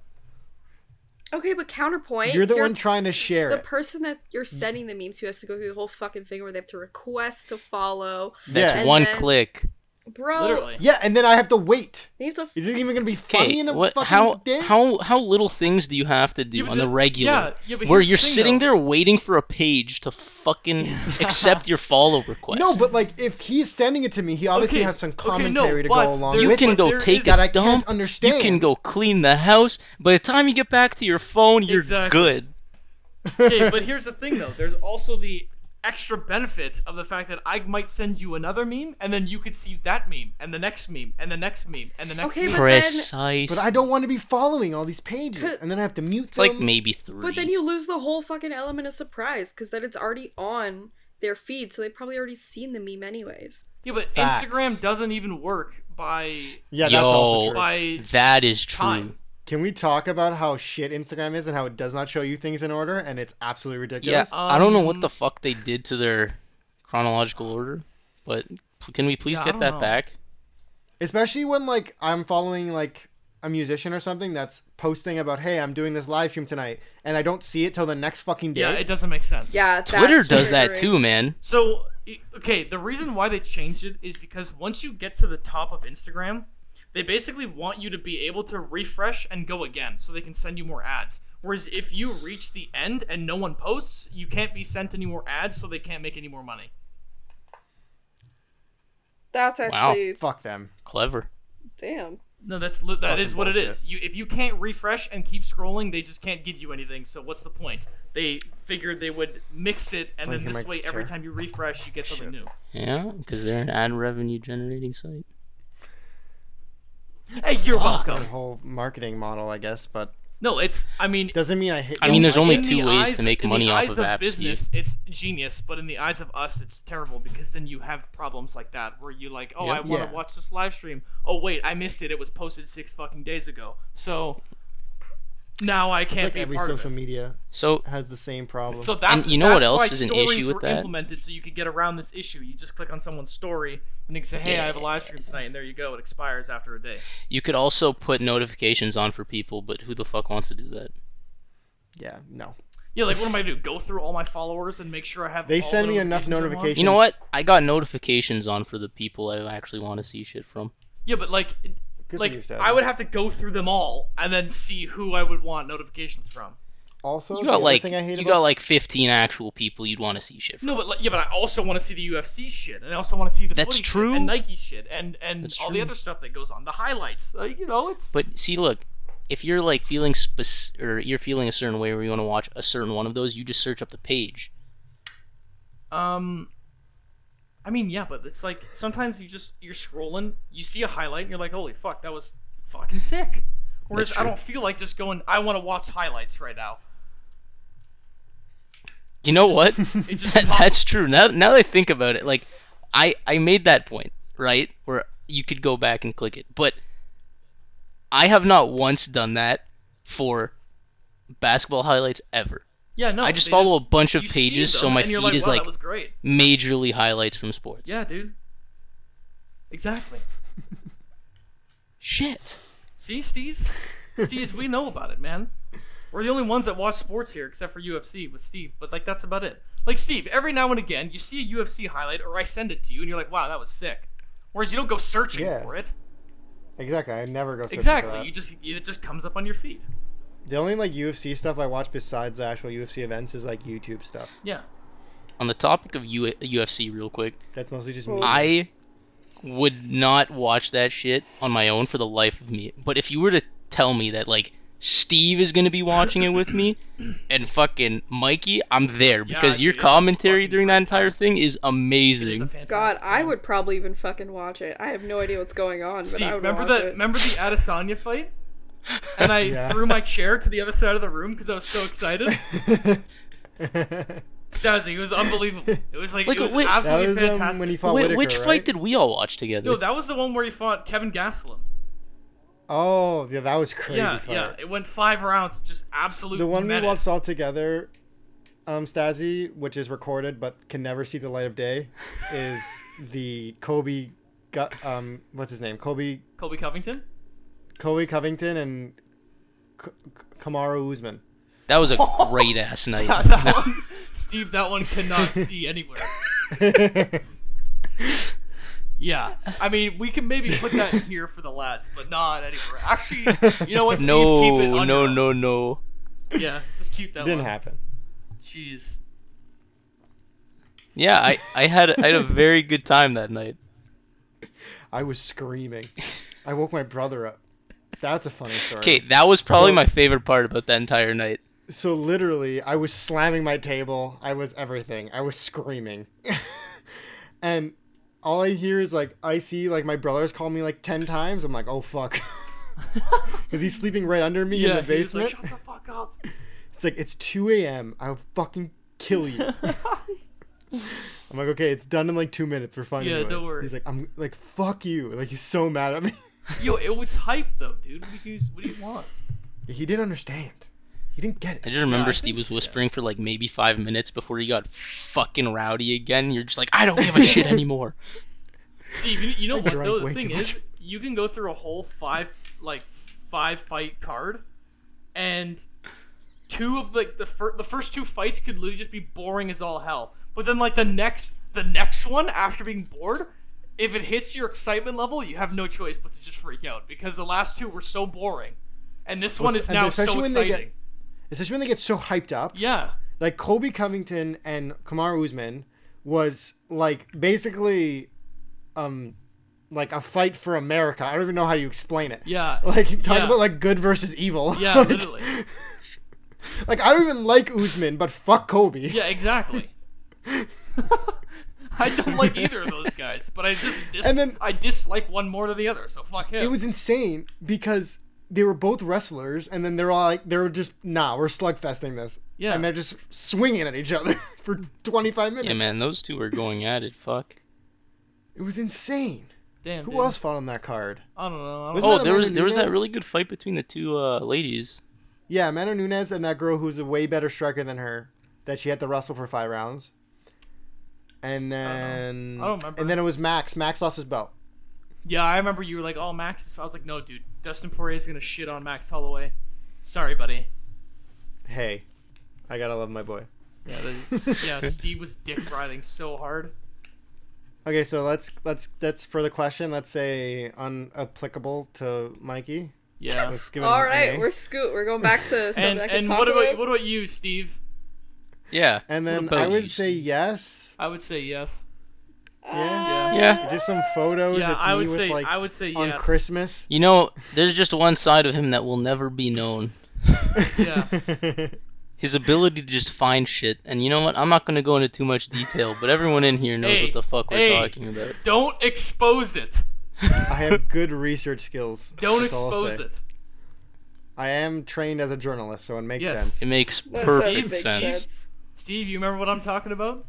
S4: Okay, but counterpoint.
S1: You're the one trying to share
S4: The
S1: it.
S4: person that you're sending the memes to has to go through the whole fucking thing where they have to request to follow.
S3: that's
S1: yeah.
S4: And
S3: one
S4: then-
S3: click.
S4: Bro,
S2: Literally.
S1: yeah, and then I have to wait.
S4: they have to.
S1: Is it even gonna be funny
S3: Okay,
S1: in a
S3: what?
S1: fucking
S3: How
S1: day?
S3: how how little things do you have to do
S2: but
S3: on the
S2: the-
S3: regular?
S2: yeah, yeah, but
S3: where
S2: here's the
S3: you're
S2: thing,
S3: sitting
S2: though.
S3: there waiting for a page
S2: [laughs]
S3: to fucking accept your follow request.
S1: No, but like if he's sending it to me, he obviously
S2: Okay,
S1: has some
S2: okay,
S1: commentary
S2: no,
S1: to
S2: but
S1: go along
S2: there-
S3: you
S1: with.
S3: can
S1: it.
S2: but
S3: go
S2: there
S3: take
S2: is-
S1: that
S3: a
S1: I
S3: dump.
S1: can't understand.
S3: You
S1: [laughs]
S3: can go clean the house. By the time you get back to your phone, you're
S2: Exactly.
S3: good.
S2: [laughs] okay, but here's the thing though. There's also the extra benefits of the fact that I might send you another meme, and then you could see that meme, and the next meme, and the next meme, and the next
S4: Okay,
S2: meme.
S4: But then-
S3: Precise.
S1: But I don't want to be following all these pages,
S4: Could-
S1: and then I have to mute
S3: It's
S1: them.
S2: um,
S3: like maybe three.
S4: But then you lose the whole fucking element of surprise because then it's already on their feed, so they've probably already seen the meme anyways.
S2: yeah, but
S1: Facts.
S2: Instagram doesn't even work by
S1: Yeah, that's also
S3: Yo.
S1: true.
S2: by
S3: That is true.
S2: time.
S1: Can we talk about how shit Instagram is and how it does not show you things in order, and it's absolutely
S3: Yeah,
S1: ridiculous?
S3: I don't know what
S2: Um,
S3: the fuck they did to their chronological order, but p- can we please
S2: Yeah, I
S3: get
S2: don't
S3: that
S2: know.
S3: back?
S1: Especially when like I'm following like a musician or something that's posting about, hey, I'm doing this live stream tonight, and I don't see it till the next fucking day.
S2: Yeah, it doesn't make sense.
S4: Yeah,
S3: Twitter does that
S4: triggering.
S3: too, man.
S2: So, i- okay, the reason why they changed it is because once you get to the top of Instagram, they basically want you to be able to refresh and go again so they can send you more ads. Whereas if you reach the end and no one posts, you can't be sent any more ads so they can't make any more money.
S4: That's actually
S1: Fuck them.
S3: Clever.
S4: damn.
S2: No, that's li- that
S1: Fucking
S2: is what it
S1: bullshit.
S2: is. You if you can't refresh and keep scrolling, they just can't give you anything. So what's the point? They figured they would mix it and
S1: Oh,
S2: then
S1: you hear
S2: this
S1: my
S2: way every
S1: chair?
S2: time you refresh you get something
S1: Shit.
S2: new.
S3: Yeah, because they're an ad revenue generating site.
S2: Hey, you're
S3: Fuck.
S1: Their
S2: welcome.
S1: whole marketing model, I guess, but
S2: No, it's. I mean,
S1: doesn't mean I hate.
S3: I mean, there's only
S2: in
S3: two
S2: the
S3: ways
S2: eyes-
S3: to make
S2: in
S3: money
S2: the
S3: off
S2: eyes
S3: of apps.
S2: business. It's genius, but in the eyes of us, it's terrible because then you have problems like that where you like, oh,
S3: Yep.
S2: I want to
S1: Yeah.
S2: watch this live stream. Oh wait, I missed it. It was posted six fucking days ago. So now I
S1: It's
S2: can't
S1: like
S2: be a
S1: every
S2: part
S1: social
S2: of it.
S1: media
S3: So
S1: has the same problem.
S2: So that's
S3: you know what
S2: that's
S3: else
S2: why
S3: is an
S2: stories
S3: issue with
S2: were
S3: that?
S2: Implemented so you could get around this issue. You just click on someone's story and you can say, hey, I have a live stream tonight, and there you go. It expires after a day.
S3: you could also put notifications on for people, but who the fuck wants to do that?
S1: yeah, no.
S2: Yeah, like what am I gonna do? Go through all my followers and make sure I have.
S1: They
S2: all
S1: send
S2: the
S1: me enough
S2: notifications I want?
S1: notifications.
S3: You know what? I got notifications on for the people I actually want to see shit from.
S2: Yeah, but like
S1: Good for you,
S2: like
S1: Seth.
S2: I would have to go through them all and then see who I would want notifications from.
S1: also
S3: You
S1: the
S3: got
S1: other
S3: like
S1: thing I hate
S3: you
S1: about-
S3: got like 15 actual people you'd want to see shit from.
S2: No, but like, yeah, but I also want to see the UFC shit, and I also want to see the
S3: That's
S2: footy shit,
S3: true.
S2: and Nike shit, and and
S3: That's
S2: all the
S3: true.
S2: other stuff that goes on, the highlights. Like, you know, it's
S3: But see, look, if you're like feeling spec- or you're feeling a certain way where you want to watch a certain one of those, you just search up the page.
S2: um. I mean, yeah, but it's like sometimes you just you're scrolling, you see a highlight, and you're like, "Holy fuck, that was fucking sick." Whereas
S3: That's
S2: I
S3: true.
S2: don't feel like just going. I want to watch highlights right
S3: [laughs]
S2: now.
S3: You know what?
S2: It just
S3: That-
S2: pops-
S3: that's true. Now, now that I think about it, like, I I made that point right where you could go back and click it, but I have not once done that for basketball highlights ever.
S2: yeah, no.
S3: I just
S2: they
S3: follow a bunch of
S2: you see
S3: pages, so
S2: them,
S3: my
S2: and you're
S3: feed
S2: like,
S3: is
S2: wow,
S3: like-
S2: that was great.
S3: Majorly highlights from sports.
S2: Yeah, dude. Exactly.
S3: Shit.
S2: See, Steez? Steez, we know about it, man. We're the only ones that watch sports here, except for UFC with Steve, but like that's about it. Like Steve, every now and again you see a UFC highlight or I send it to you and you're like, wow, that was sick. Whereas you don't go searching
S1: Yeah.
S2: for it.
S1: exactly. I never go searching for
S2: Exactly.
S1: that.
S2: You just it just comes up on your feed.
S1: The only like UFC stuff I watch besides the actual UFC events is like YouTube stuff.
S2: Yeah.
S3: On the topic of U- UFC, real quick,
S1: That's mostly just
S4: Well,
S1: me.
S3: I would not watch that shit on my own for the life of me. But if you were to tell me that like Steve is gonna be watching it with
S2: [laughs]
S3: me and fucking Mikey, I'm there because
S2: dude,
S3: your
S2: it's a
S3: commentary
S2: fucking
S3: during that
S2: great
S3: entire
S2: time.
S3: thing is
S2: It is a
S3: amazing.
S2: fantastic
S4: God, I
S2: game.
S4: would probably even fucking watch it. I have no idea what's going on, but
S2: Steve,
S4: I would
S2: remember
S4: watch
S2: the
S4: it.
S2: remember the Adesanya
S4: [laughs]
S2: fight? And I
S1: Yeah.
S2: threw my chair to the other side of the room because I was so excited. Stazzy, it
S1: [laughs]
S2: was unbelievable. It was like
S3: Like,
S2: it was
S3: wait- That
S1: that
S2: absolutely
S1: was
S2: fantastic.
S1: um, when he fought
S3: Wait,
S1: Whitaker,
S3: which
S1: right?
S3: fight did we all watch together?
S2: No, that was the one where he fought Kevin Gastelum.
S1: [laughs] Oh, yeah, that was crazy.
S2: yeah,
S1: fight.
S2: yeah. It went five rounds, of just absolute.
S1: The one
S2: menace.
S1: we watched all together, um, Stazzy, which is recorded but can never see the light of day,
S2: [laughs]
S1: is the Kobe, Gu- um, what's his name? Kobe,
S2: Colby
S3: [laughs]
S2: Covington.
S1: Kobe Covington and K- Kamaru Usman. [laughs]
S2: [laughs]
S3: That was a great ass night.
S2: Yeah, [laughs]
S3: [laughs]
S2: that one, Steve, that one cannot see anywhere. Yeah, I mean, we can maybe put that in here for the lads, but not anywhere. Actually, you know what? Steve, keep it
S3: no,
S2: on
S3: no,
S2: your
S3: no, no.
S2: own. Yeah, just keep that.
S1: Didn't
S2: one.
S1: happen.
S2: Jeez.
S3: Yeah, I, I had I had a very good time that night.
S1: I was screaming. I woke my brother up. That's a funny story.
S3: Okay, that was probably
S1: So-
S3: my favorite part about that entire night.
S1: So literally, I was slamming my table. I was everything. I was screaming. [laughs] and all I hear is like I see like my brothers call me like 10 times. I'm like, "Oh fuck." [laughs] Cuz he's sleeping right under me in
S2: Yeah,
S1: the
S2: he was
S1: basement.
S2: Like, Shut the fuck up.
S1: it's like it's 2 a.m. I'll fucking kill
S2: [laughs]
S1: you. I'm like, "Okay, it's done in like 2 minutes. We're fine."
S2: Yeah,
S1: anyway."
S2: don't worry.
S1: He's like, "I'm like fuck you." Like he's so mad at me. [laughs]
S2: Yo, it was hype though, dude. What do you, what do you want?
S1: he didn't understand. He didn't get
S3: I
S1: it.
S3: just remember
S2: I
S3: Steve
S2: think-
S3: was whispering for like maybe five minutes before he got fucking rowdy again. You're just like, I don't give a shit anymore.
S2: Steve, you, you know
S1: I
S2: what
S1: drank
S2: though?
S1: way
S2: The thing
S1: too
S2: is,
S1: much.
S2: you can go through a whole five like five fight card, and two of like the fir- the first two fights could literally just be boring as all hell. But then like the next the next one after being bored, if it hits your excitement level, you have no choice but to just freak out because the last two were so boring, and this
S1: Well,
S2: one is
S1: and
S2: now
S1: especially
S2: so
S1: when they
S2: exciting.
S1: get- Especially when they get so hyped up.
S2: Yeah,
S1: like Kobe Covington and Kamaru Usman was like basically um like a fight for America. I don't even know how you explain it.
S2: yeah,
S1: Like talk
S2: Yeah.
S1: about like good versus evil. [laughs]
S2: yeah,
S1: like,
S2: literally,
S1: like, I don't even like Usman, but fuck Kobe.
S2: yeah, exactly. [laughs] I don't like either of those guys, but I just dis-
S1: And then-
S2: I dislike one more than the other. So fuck him.
S1: It was insane because they were both wrestlers, and then they're all like, they were just, nah, we're slugfesting this.
S2: Yeah.
S1: And they're just swinging at each other [laughs] for 25 minutes.
S3: Yeah, man, those two are going at it. Fuck.
S1: It was insane.
S2: Damn.
S1: Who
S2: dude.
S1: else fought on that card?
S2: I don't know. I don't
S1: Wasn't
S3: Oh,
S1: that
S3: there was
S1: Amanda
S3: there was that
S1: Nunes?
S3: really good fight between the two uh, ladies.
S1: Yeah, Amanda Nunes and that girl who's a way better striker than her that she had to wrestle for five rounds. And then
S2: I don't remember.
S1: And then it was Max. Max lost his belt.
S2: Yeah, I remember you were like, "Oh, Max." Is... I was like, "No, dude. Dustin Poirier's gonna shit on Max Holloway." Sorry, buddy.
S1: Hey, I gotta love my boy.
S2: Yeah, that's... [laughs] yeah.
S1: [laughs]
S2: Steve was dick riding so hard.
S1: Okay, so let's let's that's for the question. Let's say unapplicable to Mikey.
S2: Yeah.
S1: Let's give it
S4: All
S1: an
S4: right,
S1: A.
S4: we're scoot. We're going back to something
S2: and
S4: I can
S2: and
S4: talk
S2: what about
S4: about.
S2: what about you, Steve?
S3: [laughs] Yeah.
S1: and then
S3: about
S1: I would
S3: you,
S1: say
S3: Steve?
S1: yes.
S2: I would say yes.
S4: Uh,
S3: Yeah.
S1: Just some photos.
S2: yeah,
S1: it's
S2: I
S1: me
S2: would
S1: with
S2: say
S1: like
S2: I would say
S1: on
S2: yes.
S1: Christmas.
S3: You know, there's just one side of him that will never
S2: [laughs]
S3: be known.
S2: Yeah.
S3: His ability to just find shit. And you know what? I'm not gonna go into too much detail, but everyone in here knows
S2: Hey,
S3: what the fuck we're
S2: hey.
S3: talking about.
S2: Don't expose it.
S1: [laughs] [laughs] I have good research skills.
S2: Don't
S1: that's all I'll
S2: expose
S1: say.
S2: it.
S1: I am trained as a journalist, so it makes
S2: Yes.
S1: sense.
S3: It makes
S4: that
S3: perfect
S4: does make
S3: sense.
S2: Steve, you remember what I'm talking about?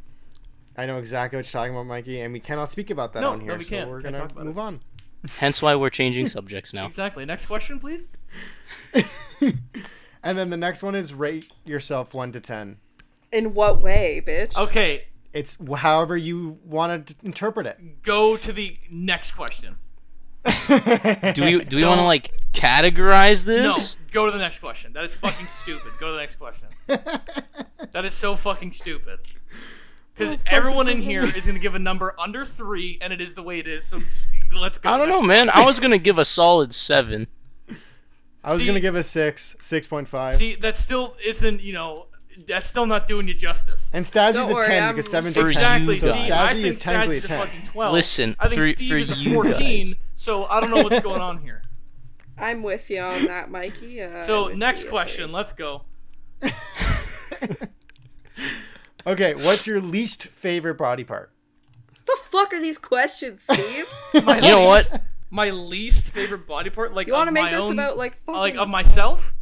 S1: I know exactly what you're talking about, Mikey, and we cannot speak about that
S2: No,
S1: on
S2: no,
S1: here,
S2: we
S1: so
S2: can't.
S1: we're
S2: Can't
S1: gonna
S2: talk about
S1: move
S3: [laughs]
S1: on.
S3: Hence why we're changing
S2: [laughs]
S3: subjects now.
S2: Exactly. Next question, please.
S1: and then the next one is rate yourself one to ten.
S4: In what way, bitch?
S2: Okay,
S1: It's wh- however you want to interpret
S2: go to the next question.
S1: it.
S3: Do we do we
S2: Don't-
S3: want to like categorize
S2: No,
S3: this?
S2: go to the next question. That is fucking stupid. Go to the next question. That is so fucking stupid. Because everyone in here is gonna give a number under three, and it is the way it is. So s- let's go.
S3: I don't know,
S2: Next.
S3: man. I was gonna give a solid seven.
S1: [laughs] I was
S2: See-
S1: gonna give a six, six point five,
S2: See, that still isn't. You know, that's still not doing you justice.
S1: and Stazzy's
S4: Don't
S1: a
S4: worry,
S1: ten
S4: I'm-
S1: because seven to
S3: For
S2: Exactly.
S3: you
S1: ten. So
S2: See, I
S1: Stazzy
S2: think
S1: is
S2: Stazzy
S1: technically a
S2: is
S1: ten.
S2: fucking twelve.
S3: Listen,
S2: I think
S3: for-
S2: Steve
S3: for
S2: is a
S3: you
S2: fourteen.
S3: guys.
S2: So I don't know what's going on
S1: [laughs]
S2: here.
S4: I'm with you on that, Mikey. Uh, I'm
S2: So
S4: with
S2: next
S4: you.
S2: question. Let's go.
S1: [laughs] okay, what's your least favorite body part?
S4: The fuck are these questions, Steve?
S2: [laughs] My
S3: You know
S2: least-
S3: what?
S2: My least favorite body part, like
S4: You want
S2: of
S4: to make
S2: my
S4: this
S2: own,
S4: about like fucking
S2: like of myself.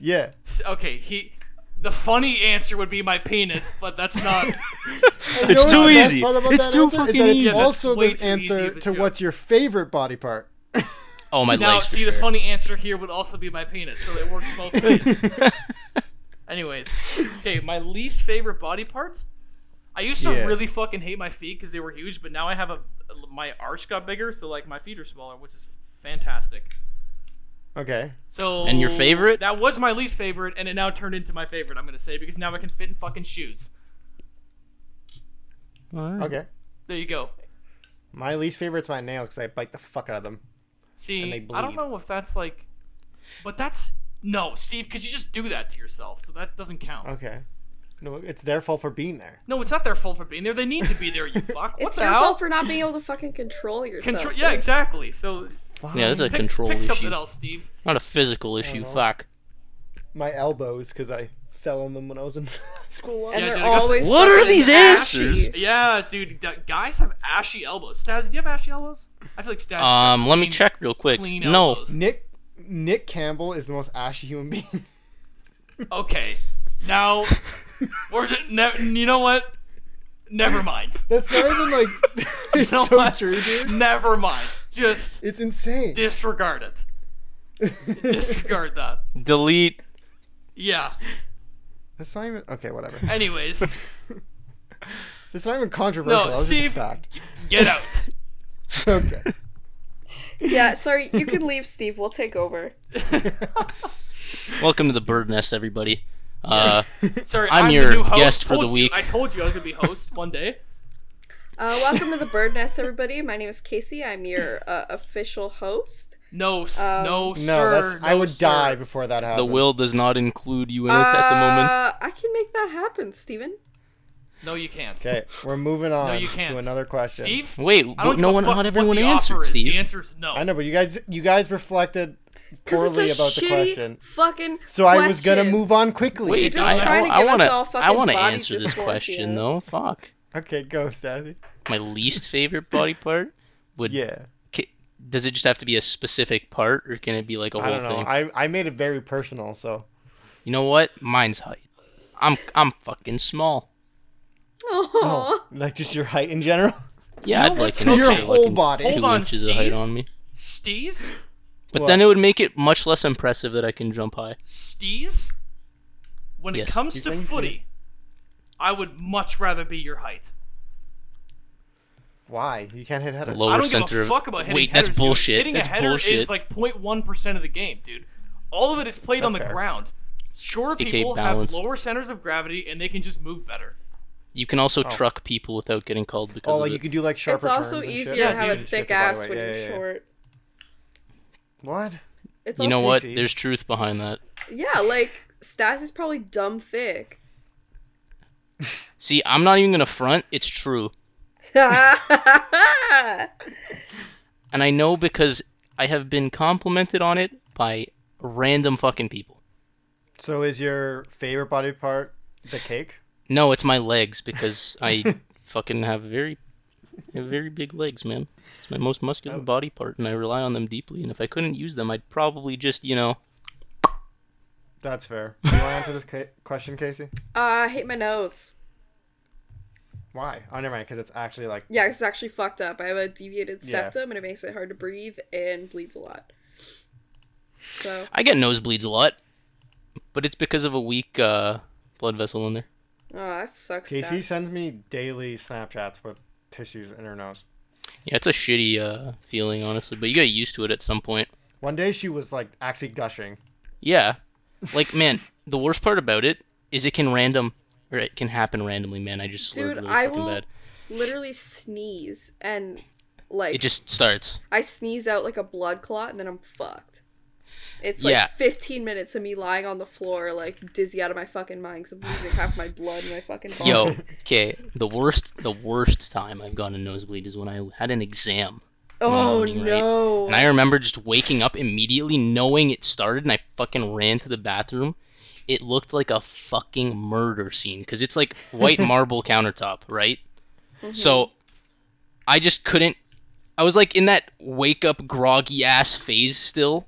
S1: Yeah,
S2: S- Okay, he. The funny answer would be my penis, but that's not.
S3: It's
S1: You
S3: too
S1: know what the best
S3: easy.
S1: part about
S3: It's
S1: that
S3: too
S1: answer is
S3: fucking
S1: that it's
S3: easy. Yeah,
S2: that's
S1: also
S2: way
S1: the
S2: too easy
S1: answer
S2: of
S1: to
S2: a joke.
S1: what's your favorite body part.
S3: Oh my
S2: now,
S3: legs for
S2: see, the
S3: sure.
S2: funny answer here would also be my penis, so it works both
S3: [laughs]
S2: ways. Anyways, okay, my least favorite body parts. I used to
S1: Yeah.
S2: really fucking hate my feet because they were huge, but now I have a my arch got bigger, so like my feet are smaller, which is fantastic.
S1: okay,
S2: So
S3: And your favorite?
S2: That was my least favorite, and it now turned into my favorite. I'm gonna say because now I can fit in fucking shoes.
S1: okay.
S2: There you go.
S1: My least favorite's my nail because I bite the fuck out of them. And
S2: See,
S1: they
S2: I don't
S1: bleed.
S2: know if that's like, but that's no, Steve, because you just do that to yourself, so that doesn't count.
S1: Okay. No, it's their fault for being there.
S2: No, it's not their fault for being there. They need to be
S1: [laughs]
S2: there. You fuck. What
S4: It's
S2: the
S4: your
S2: hell?
S4: fault for not being able to fucking control yourself.
S2: Control. Yeah, exactly. So
S3: Yeah, this is a
S2: pick,
S3: control
S2: pick
S3: issue,
S2: something else, Steve.
S3: not a physical issue.
S2: Uh-huh.
S1: know.
S3: Fuck.
S1: My elbows because I fell on them when I was in [laughs] school.
S4: And
S2: Yeah,
S4: they're
S2: dude, I got-
S4: always.
S3: What are
S4: fucking
S3: these
S4: ashy.
S3: answers?
S2: Yeah, dude. d- guys have ashy elbows. Staz, do you have ashy elbows? I feel like Staz.
S3: Um, let me check real quick.
S2: Clean
S3: No,
S2: elbows.
S1: Nick Nick Campbell is the most ashy human being. [laughs]
S2: Okay. Now, we're just, ne- you know what? Never mind.
S1: That's not even like it's
S2: [laughs] You know
S1: so
S2: what?
S1: true, dude.
S2: Never mind. Just
S1: It's insane.
S2: disregard it. Disregard that.
S3: delete.
S2: Yeah.
S1: [laughs] That's not even okay. Whatever.
S2: Anyways,
S1: It's not even controversial.
S2: No,
S1: that was
S2: Steve-
S1: just a fact.
S3: [laughs]
S2: get out.
S1: Okay.
S4: [laughs] Yeah, sorry, you can leave, Steve. We'll take over.
S3: Welcome to the bird nest, everybody. Uh,
S2: Sorry,
S3: I'm
S2: I'm,
S3: your
S2: the new host.
S3: guest for
S2: Told
S3: the
S2: you-
S3: week.
S2: I told you I was gonna be host one day.
S4: Uh, welcome to the Bird Nest, everybody. My name is Casey. I'm your uh, official host.
S2: No, s
S4: Um,
S2: no,
S1: [laughs] no,
S2: sir.
S1: that's I
S2: no,
S1: would
S2: sir.
S1: die before that
S3: the
S1: happened.
S3: will does not include you in it at the moment.
S4: Uh, I can make that happen, Steven.
S2: No, you can't.
S1: Okay, we're moving on
S2: you can't.
S1: to another question.
S2: Steve,
S3: Wait,
S2: I don't
S3: but
S2: give
S3: no
S2: a
S3: one,
S2: fuck
S3: not
S2: what
S3: everyone
S2: the offer
S3: answered,
S2: is.
S3: Steve.
S2: The answer is no.
S1: I know, but you guys you guys reflected
S4: Because
S1: poorly
S4: it's a
S1: about the
S4: shitty
S1: question.
S4: fucking.
S1: So I was gonna
S4: [laughs] question.
S1: move on quickly.
S4: You're
S3: Wait,
S4: just
S3: I,
S4: trying to
S3: I, I
S4: give us
S3: wanna,
S4: all
S3: I
S4: fucking
S3: wanna
S4: body
S3: answer this
S4: dysmorphia.
S3: question though. Fuck.
S1: Okay, go, Stassi.
S3: My least favorite body part would.
S1: Yeah.
S3: ca- Does it just have to be a specific part, or can it be like a
S1: I
S3: whole
S1: don't know.
S3: thing?
S1: I, I made it very personal, so.
S3: You know what? Mine's height. I'm I'm fucking small.
S4: Aww.
S1: Oh, like just your height in general?
S3: Yeah,
S2: No,
S3: I'd like
S2: that's
S3: to
S2: not
S3: know
S1: your
S3: fucking
S1: whole body.
S3: Two
S2: Hold on,
S3: inches of height
S2: Steez.
S3: on me.
S2: Steez?
S3: But
S1: What?
S3: then it would make it much less impressive that I can jump high.
S2: Steez? When it
S3: Yes.
S2: comes
S1: You
S2: to
S1: think so?
S2: footy, I would much rather be your height.
S1: Why? You can't hit Oh, header.
S3: Lower
S2: I don't
S3: center
S2: give a
S3: of
S2: fuck about hitting
S3: wait,
S2: headers, dude.
S3: that's bullshit.
S2: Hitting
S3: that's
S2: a header
S3: bullshit.
S2: is like 0.1 percent of the game, dude. All of it is played on the
S1: That's fair.
S2: ground. Shorter
S3: AKA
S2: people
S3: balance.
S2: have lower centers of gravity and they can just move better.
S3: You can also
S1: Oh.
S3: truck people without getting called because
S1: Oh,
S3: of
S1: like you
S3: it.
S1: could do like sharper
S4: It's also
S1: turns and shit.
S4: easier
S2: Yeah,
S4: to have
S2: dude.
S4: a
S1: And
S4: thick
S1: shit the other
S4: ass
S1: way.
S4: when
S1: Yeah,
S4: you're
S1: yeah, yeah.
S4: short.
S1: What?
S4: It's
S3: You know
S4: also-
S3: what?
S1: see.
S3: There's truth behind that.
S4: Yeah, like Stas is probably dumb thick. [laughs]
S3: See, I'm not even gonna front. It's true,
S4: Uh,
S3: and I know because I have been complimented on it by random fucking people.
S1: So is your favorite body part the cake?
S3: No, it's my legs because I fucking have very, have very big legs, man. It's my most muscular body part, and I rely on them deeply. And if I couldn't use them, I'd probably just, you know,
S1: That's fair. You want to answer this ca- question, Casey?
S4: uh, I hate my nose.
S1: Why? Oh, never mind, because it's actually like.
S4: Yeah, 'cause it's actually fucked up. I have a deviated
S1: Yeah.
S4: septum, and it makes it hard to breathe and bleeds a lot. So
S3: I get nosebleeds a lot, but it's because of a weak uh, blood vessel in there.
S4: Oh, that sucks.
S1: Casey
S4: Stas.
S1: sends me daily Snapchats with tissues in her nose.
S3: Yeah, it's a shitty uh, feeling, honestly, but you get used to it at some point.
S1: One day she was like actually gushing.
S3: Yeah. Like, man, the worst part about it is it can random, or it can happen randomly, man. I just slurred
S4: Dude,
S3: really
S4: I
S3: fucking
S4: will-
S3: bad.
S4: Literally sneeze and like
S3: It just
S4: [laughs]
S3: starts.
S4: I sneeze out like a blood clot, and then I'm fucked. It's
S3: Yeah.
S4: like 15 minutes of me lying on the floor, like dizzy out of my fucking mind, 'cause I'm losing half my blood in my fucking body.
S3: Yo, okay, the worst, the worst time I've gotten a nosebleed is when I had an exam.
S4: oh
S3: morning, right?
S4: no!
S3: And I remember just waking up immediately knowing it started, and I fucking ran to the bathroom. It looked like a fucking murder scene because it's like
S4: [laughs]
S3: white marble countertop, right?
S4: Mhm.
S3: So I just couldn't. I was like in that wake up groggy ass phase still,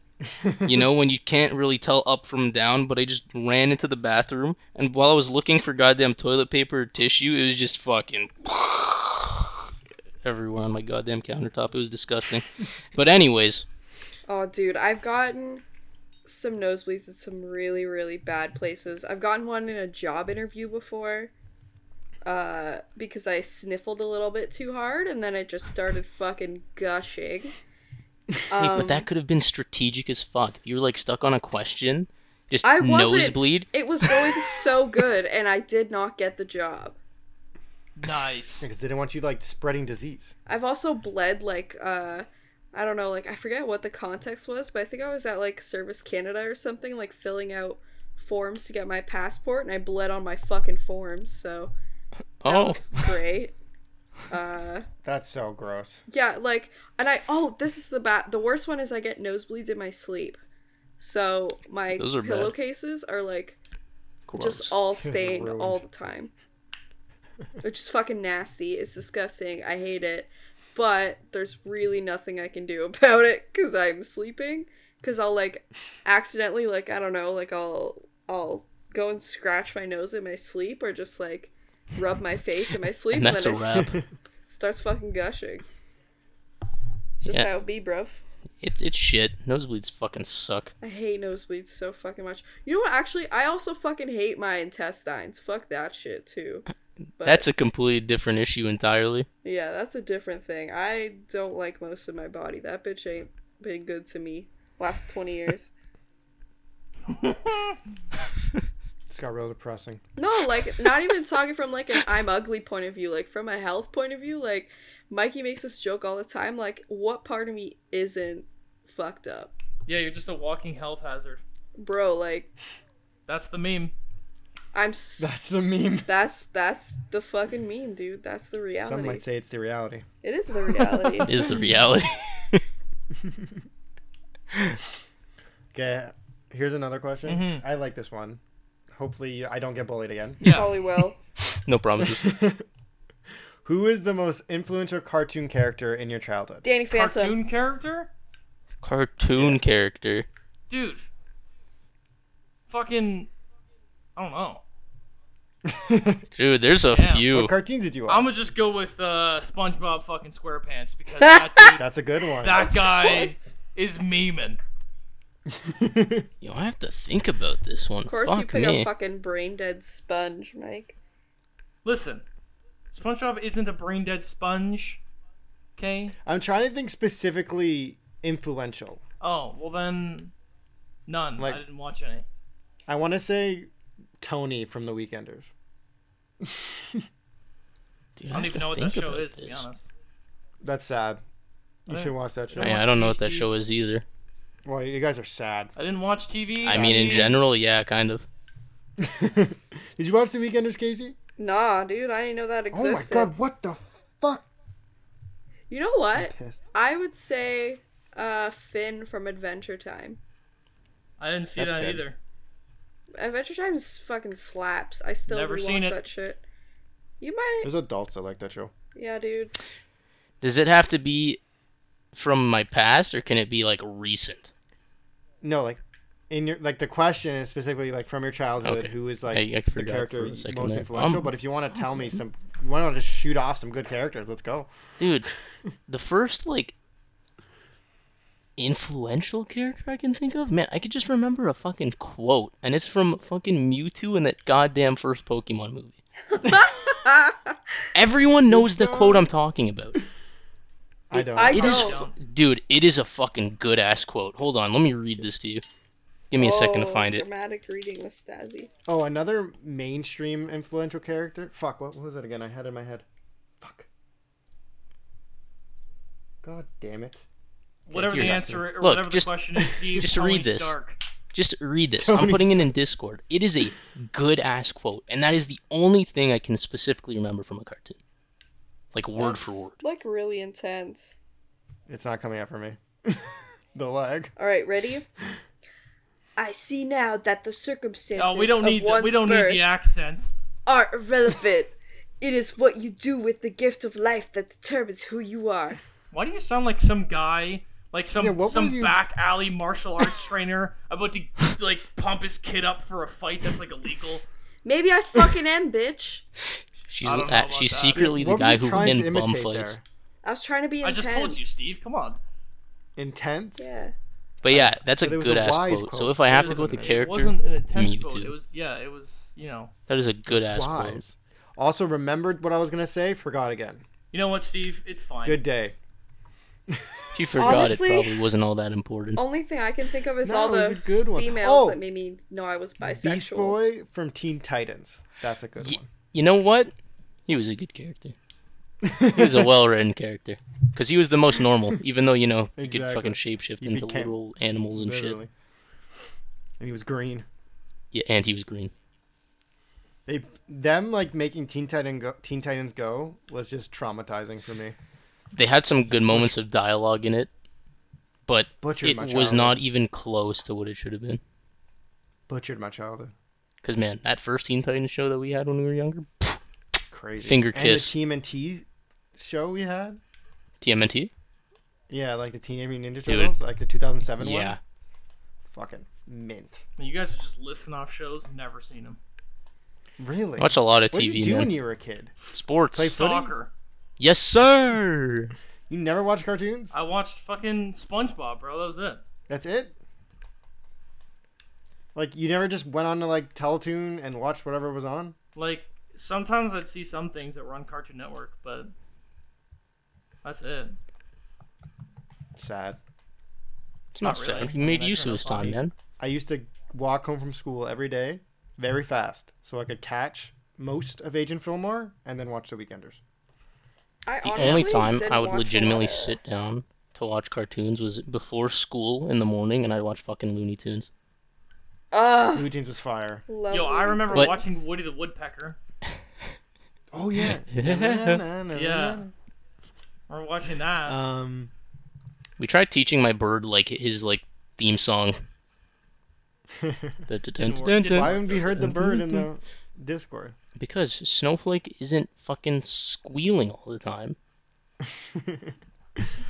S3: you know, when you can't really tell up from down. But I just ran into the bathroom, and while I was looking for goddamn toilet paper or tissue, it was just fucking everywhere on my goddamn countertop. It was disgusting. but anyways,
S4: Oh, dude, I've gotten some nosebleeds in some really, really bad places. I've gotten one in a job interview before uh, because I sniffled a little bit too hard and then it just started fucking gushing.
S3: wait,
S4: Um,
S3: but that could have been strategic as fuck. If you were like stuck on a question, just
S4: I wasn't-
S3: nosebleed.
S4: It was going so good and I did not get the job.
S1: [laughs]
S2: Nice.
S1: Because they didn't want you like spreading disease.
S4: I've also bled like uh I don't know, like I forget what the context was, but I think I was at like Service Canada or something, like filling out forms to get my passport and I bled on my fucking forms, so that
S3: Oh,
S4: was great. Uh
S1: That's so gross.
S4: yeah, like and I oh, this is the bat the worst one is I get nosebleeds in my sleep. So my
S3: Those are bad.
S4: pillowcases are like
S3: gross.
S4: just all stained
S1: Ruined.
S4: all the time. Which is fucking nasty. It's disgusting. I hate it. But there's really nothing I can do [laughs] about it cuz I'm sleeping cuz I'll like accidentally like I don't know, like I'll I'll go and scratch my nose in my sleep or just like rub my face in my sleep
S3: [laughs] and
S4: and,
S3: that's a
S4: then it [laughs]
S3: wrap.
S4: starts fucking gushing. It's just
S3: Yeah.
S4: how it be, bruv.
S3: It, it's shit. Nosebleeds fucking suck.
S4: I hate nosebleeds so fucking much. You know what? Actually, I also fucking hate my intestines. Fuck that shit too. But
S3: That's a completely different issue entirely.
S4: yeah, that's a different thing. I don't like most of my body. That bitch ain't been good to me last twenty
S3: [laughs]
S4: years.
S1: This got real depressing. [laughs]
S4: no, like not even talking from like an I'm ugly point of view. Like from a health point of view, like Mikey makes this joke all the time. Like what part of me isn't fucked up,
S2: Yeah, you're just a walking health hazard.
S4: bro? Like
S2: That's the meme.
S4: I'm. S-
S1: That's the meme.
S4: that's that's the fucking meme, dude. That's the reality.
S1: Some might say it's the reality.
S4: It is the reality.
S3: [laughs] Is
S4: [laughs]
S3: the reality.
S1: Okay, here's another question.
S2: Mhm.
S1: I like this
S4: Oh,
S1: one. Hopefully, I don't get bullied again.
S2: Yeah.
S4: [laughs] Probably will.
S3: no promises.
S1: Who is the most influential cartoon character in your childhood?
S4: [laughs] Danny Phantom.
S2: Cartoon character?
S3: Cartoon character.
S2: Dude. Fucking. I don't know.
S3: Dude, there's a
S2: Yeah.
S3: few.
S1: What cartoons did you watch?
S2: I'm gonna just go with uh, SpongeBob fucking SquarePants because that, dude,
S1: That's a good one.
S2: that guy
S4: What?
S2: is memeing.
S3: Yo, I have to think about this one.
S4: Of course, you
S3: Fuck
S4: pick
S3: me.
S4: a fucking brain dead sponge, Mike.
S2: Listen, SpongeBob isn't a brain dead sponge. Okay.
S1: [laughs] I'm trying to think specifically influential.
S2: Oh well then, none.
S1: Like-
S2: I didn't watch any.
S1: I want to say Tony from The [laughs] Weekenders.
S3: Dude,
S2: I don't
S3: have
S2: even
S3: to
S2: know what that
S3: think
S2: show
S3: about
S2: is to be
S3: this.
S2: honest.
S1: That's sad. You
S2: Right.
S1: should watch that show.
S2: I
S3: Yeah, I
S2: watch
S3: don't know what that
S2: TV.
S3: show is either.
S1: Well, you guys are [laughs] sad.
S2: I didn't watch TV.
S3: I mean, in general, yeah, kind of.
S1: did you watch The Weekenders, Casey?
S4: Nah, dude, I didn't know that existed.
S1: Oh my god, what the fuck?
S4: You know what?
S1: Pissed.
S4: I would say uh, Finn from Adventure Time.
S2: I didn't see
S1: That's
S2: that
S1: good.
S2: either.
S4: Adventure Time is fucking slaps. I still
S2: Never
S4: rewatch
S2: seen it.
S4: that shit. You might,
S1: There's adults that like that show.
S4: yeah, dude.
S3: Does it have to be from my past, or can it be like recent?
S1: No, like in your like the question is specifically like from your childhood,
S3: Okay.
S1: who is like
S3: I- I
S1: the
S3: forgot
S1: character
S3: for a second
S1: most
S3: there.
S1: influential?
S3: Um,
S1: but if you want to tell me some, you want to just shoot off some good characters. Let's go.
S3: Dude, the first like influential character I can think of, man, I could just remember a fucking quote, and it's from fucking Mewtwo in that goddamn first Pokemon movie. Everyone knows the quote I'm talking about.
S1: I don't.
S4: [laughs] I
S3: It is,
S4: don't.
S3: fu- dude, it is a fucking good ass quote. Hold on, let me read this to you. Give me a second to
S4: Oh,
S3: find it.
S4: dramatic reading with Stazzy.
S1: Oh, another mainstream influential character. Fuck, what, what was it again? I had it in my head. Fuck. God damn it.
S2: Whatever
S3: you're
S2: the
S3: not
S2: answer or
S3: Look,
S2: whatever
S3: just-
S2: the question is, Steve.
S3: just
S2: Tony
S3: read this.
S2: Stark.
S3: Just read this. I'm
S1: Tony
S3: putting it in Discord. It is a good ass quote, and that is the only thing I can specifically remember from a cartoon. Like word for
S4: That's,
S3: word.
S4: Like really intense.
S1: It's not coming up for me. [laughs] the lag.
S4: All right, ready? I see now that the circumstances
S2: Oh, we don't
S4: of
S2: need the,
S4: one's
S2: we don't
S4: birth
S2: need the accent.
S4: are irrelevant. it is what you do with the gift of life that determines who you are.
S2: Why do you sound like some guy, like some
S1: Yeah, what
S2: some
S1: was you-
S2: back alley martial arts trainer about to like pump his kid up for a fight that's like illegal?
S4: Maybe I fucking am, bitch.
S3: She's
S2: I don't know
S3: uh,
S2: about
S3: she's
S2: that.
S3: secretly the
S1: What were
S3: guy
S1: you
S3: who
S1: trying to
S3: win bum
S1: imitate
S3: fights.
S1: there?
S4: I was trying to be
S2: I
S4: intense.
S2: just told you, Steve. Come on.
S1: Intense?
S4: Yeah.
S3: But yeah, that's a
S1: But it was a
S3: good ass
S1: wise
S3: quote. So
S1: quote.
S3: if I
S1: It
S3: have to
S1: was
S3: go with a
S1: an- it
S2: It
S3: character,
S2: wasn't an intense
S3: Mewtwo.
S2: quote. It was yeah. It was you know.
S3: that is a good ass quote.
S1: Wise. Also, remembered what I was going to say? Forgot again.
S2: You know what, Steve? It's fine.
S1: Good day.
S3: If you forgot,
S4: Honestly-
S3: it probably wasn't all that important.
S4: Only thing I can think of is
S1: No,
S4: all
S1: it
S4: the
S1: was a good one.
S4: females
S1: Oh!
S4: that made me know I was
S1: Beast
S4: bisexual.
S1: Boy from Teen Titans. That's a good
S3: Ye-
S1: one.
S3: You know what? He was a good character.
S1: [laughs]
S3: He was a well-written character because he was the most normal, even though you know he could
S1: Exactly.
S3: fucking shapeshift
S1: You
S3: into
S1: became-
S3: literal animals and shit.
S1: Literally. And he was green.
S3: Yeah, and he was green.
S1: They them like making Teen Titan go, Teen Titans Go was just traumatizing for me.
S3: They had some good moments of dialogue in it, but
S1: Butchered
S3: it
S1: my
S3: was
S1: childhood.
S3: not even close to what it should have been.
S1: Butchered my childhood.
S3: Because man, that first Teen Titans show that we had when we were younger,
S1: Crazy.
S3: Finger
S1: and
S3: kiss.
S1: The TMNT show we had.
S3: TMNT.
S1: Yeah, like the Teenage Mutant Ninja
S3: Dude.
S1: Turtles, like the 2007
S3: yeah.
S1: one. Fucking mint.
S2: You guys are just listing off shows, never seen them.
S1: Really?
S3: Watch a lot of
S1: what did
S3: TV,
S1: you do
S3: man.
S1: when you were a kid?
S3: Sports.
S1: Play fo- Footy?
S2: Soccer.
S3: yes, sir.
S1: You never watched cartoons?
S3: Uh,
S2: I watched fucking SpongeBob, bro. That was it.
S1: That's it. Like you never just went on to like Teletoon and watched whatever was on.
S2: Like sometimes I'd see some things that were on Cartoon Network, but that's it.
S1: Sad.
S3: It's
S2: Not
S3: not
S2: really.
S3: sad.
S2: I
S3: He
S2: mean,
S3: made
S2: I
S3: use
S2: turned
S3: of his
S2: off all
S3: time,
S2: the-
S3: man.
S1: I used to walk home from school every day, very fast, so I could catch most of Agent Fillmore and then watch The Weekenders.
S4: I
S3: The
S4: honestly
S3: only time
S4: didn't
S3: I would
S4: watch a lot
S3: legitimately
S4: of-
S3: sit down to watch cartoons was before school in the morning, and I'd watch fucking Looney Tunes.
S4: Ugh.
S1: Blue Jeans was fire.
S4: love
S2: Yo, I
S4: Looney
S2: remember
S4: Tunes.
S3: What?
S2: watching Woody the Woodpecker.
S1: Oh [laughs] yeah.
S2: Yeah. We're watching that.
S1: Um.
S3: We tried teaching my bird like his like theme song.
S1: Why
S3: Dun, dun, dun,
S2: Didn't work.
S3: dun,
S2: Didn't
S3: dun.
S1: [laughs]
S2: work.
S1: haven't we heard the bird in the Discord?
S3: Because Snowflake isn't fucking squealing all the time.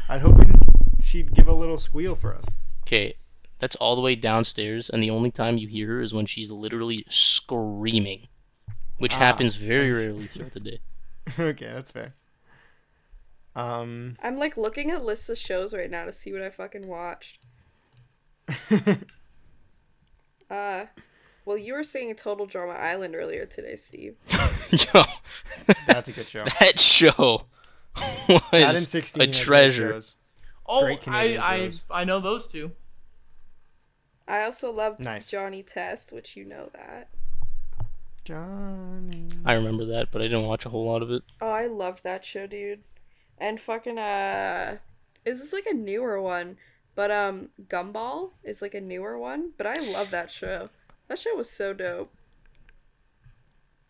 S1: I'd hope she'd give a little squeal for us. [laughs]
S3: Okay, that's all the way downstairs, and the only time you hear her is when she's literally screaming, which
S1: Ah,
S3: happens very
S1: nice.
S3: rarely throughout the day. [laughs]
S1: okay, that's fair. Um,
S4: I'm like looking at lists of shows right now to see what I fucking watched. Uh, well, you were saying Total Drama Island earlier today, Steve.
S3: Yo,
S1: that's a good show.
S3: that show [laughs]
S1: That and
S3: was
S1: 16
S3: a
S1: are good
S3: treasure.
S1: shows.
S2: Oh,
S1: Great
S2: I,
S1: Canadian
S2: I
S1: shows.
S2: I know those two.
S4: I also loved
S1: Nice.
S4: Johnny Test, which you know that.
S1: Johnny.
S3: I remember that, but I didn't watch a whole lot of it.
S4: Oh, I loved that show, dude. And fucking uh, is this like a newer one? But um, Gumball is like a newer one. But I love that show. That show was so dope.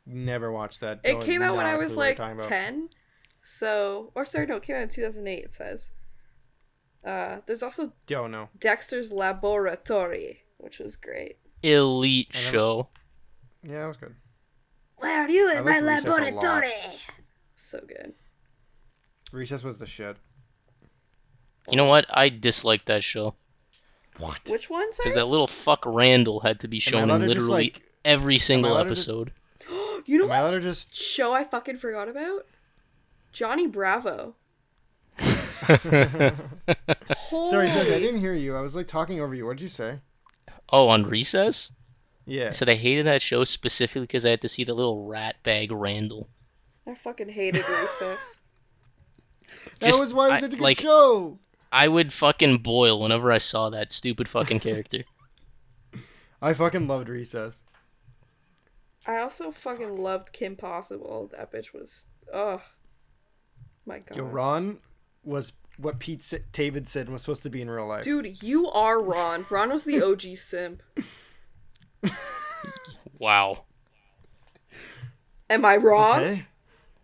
S1: Never watched that.
S4: It
S1: Don't
S4: came out when
S1: know
S4: I
S1: what
S4: was
S1: we were
S4: like
S1: talking about.
S4: ten. So, or sorry, no, it came out in two thousand eight. It says. Uh, there's also
S1: Don't know.
S4: Dexter's Laboratory, which was great.
S3: Elite
S1: I never-
S3: show.
S1: Yeah, that was good.
S4: Where are you
S1: I like Recess a lot.
S4: So good.
S1: Recess was the shit.
S3: You know what? I disliked that show
S1: What?
S4: Which one,
S3: because
S4: sorry?
S3: that little fuck Randall had to be shown in literally every single
S1: allowed to just- [laughs]
S3: episode. [laughs]
S4: you know
S1: Am I
S4: what
S1: allowed to just?
S4: show I fucking forgot about? Johnny Bravo. Holy.
S1: [laughs] Sorry, Sez, I didn't hear you. I was like talking over you. What did you say?
S3: Oh, on recess?
S1: Yeah.
S3: I said I hated that show specifically because I had to see the little rat bag Randall.
S4: I fucking hated Recess.
S1: That
S3: Just-
S1: was why it was
S3: I-
S1: such a good
S3: like-
S1: show.
S3: I would fucking boil whenever I saw that stupid fucking character.
S1: I fucking loved Recess.
S4: I also fucking loved Kim Possible. That bitch was. Ugh. My god.
S1: Yo, Ron was what Pete Sa- David said was supposed to be in real life.
S4: Dude, you are Ron. Ron was
S1: [laughs]
S4: the OG simp.
S3: wow.
S4: Am I wrong?
S1: Okay.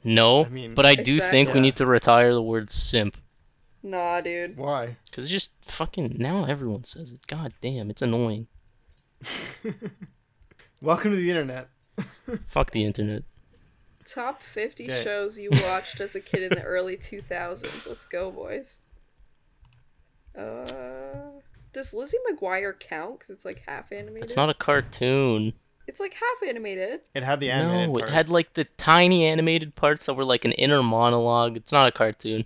S3: No,
S1: I mean-
S3: but I do think
S1: Exactly.
S3: we need to retire the word simp
S4: Nah, dude.
S1: Why?
S3: because it's just fucking now everyone says it. God damn, it's annoying.
S1: Welcome to the internet.
S3: Fuck the internet.
S4: Top 50
S1: Okay.
S4: shows
S1: [laughs]
S4: you watched as a kid in the early 2000s. Let's go, boys. Uh, does Lizzie McGuire count? Because it's like half animated.
S3: It's not a cartoon.
S4: It's like half animated.
S1: It had the animated.
S3: no, it
S1: parts.
S3: had like the tiny animated parts that were like an inner monologue. It's not a cartoon.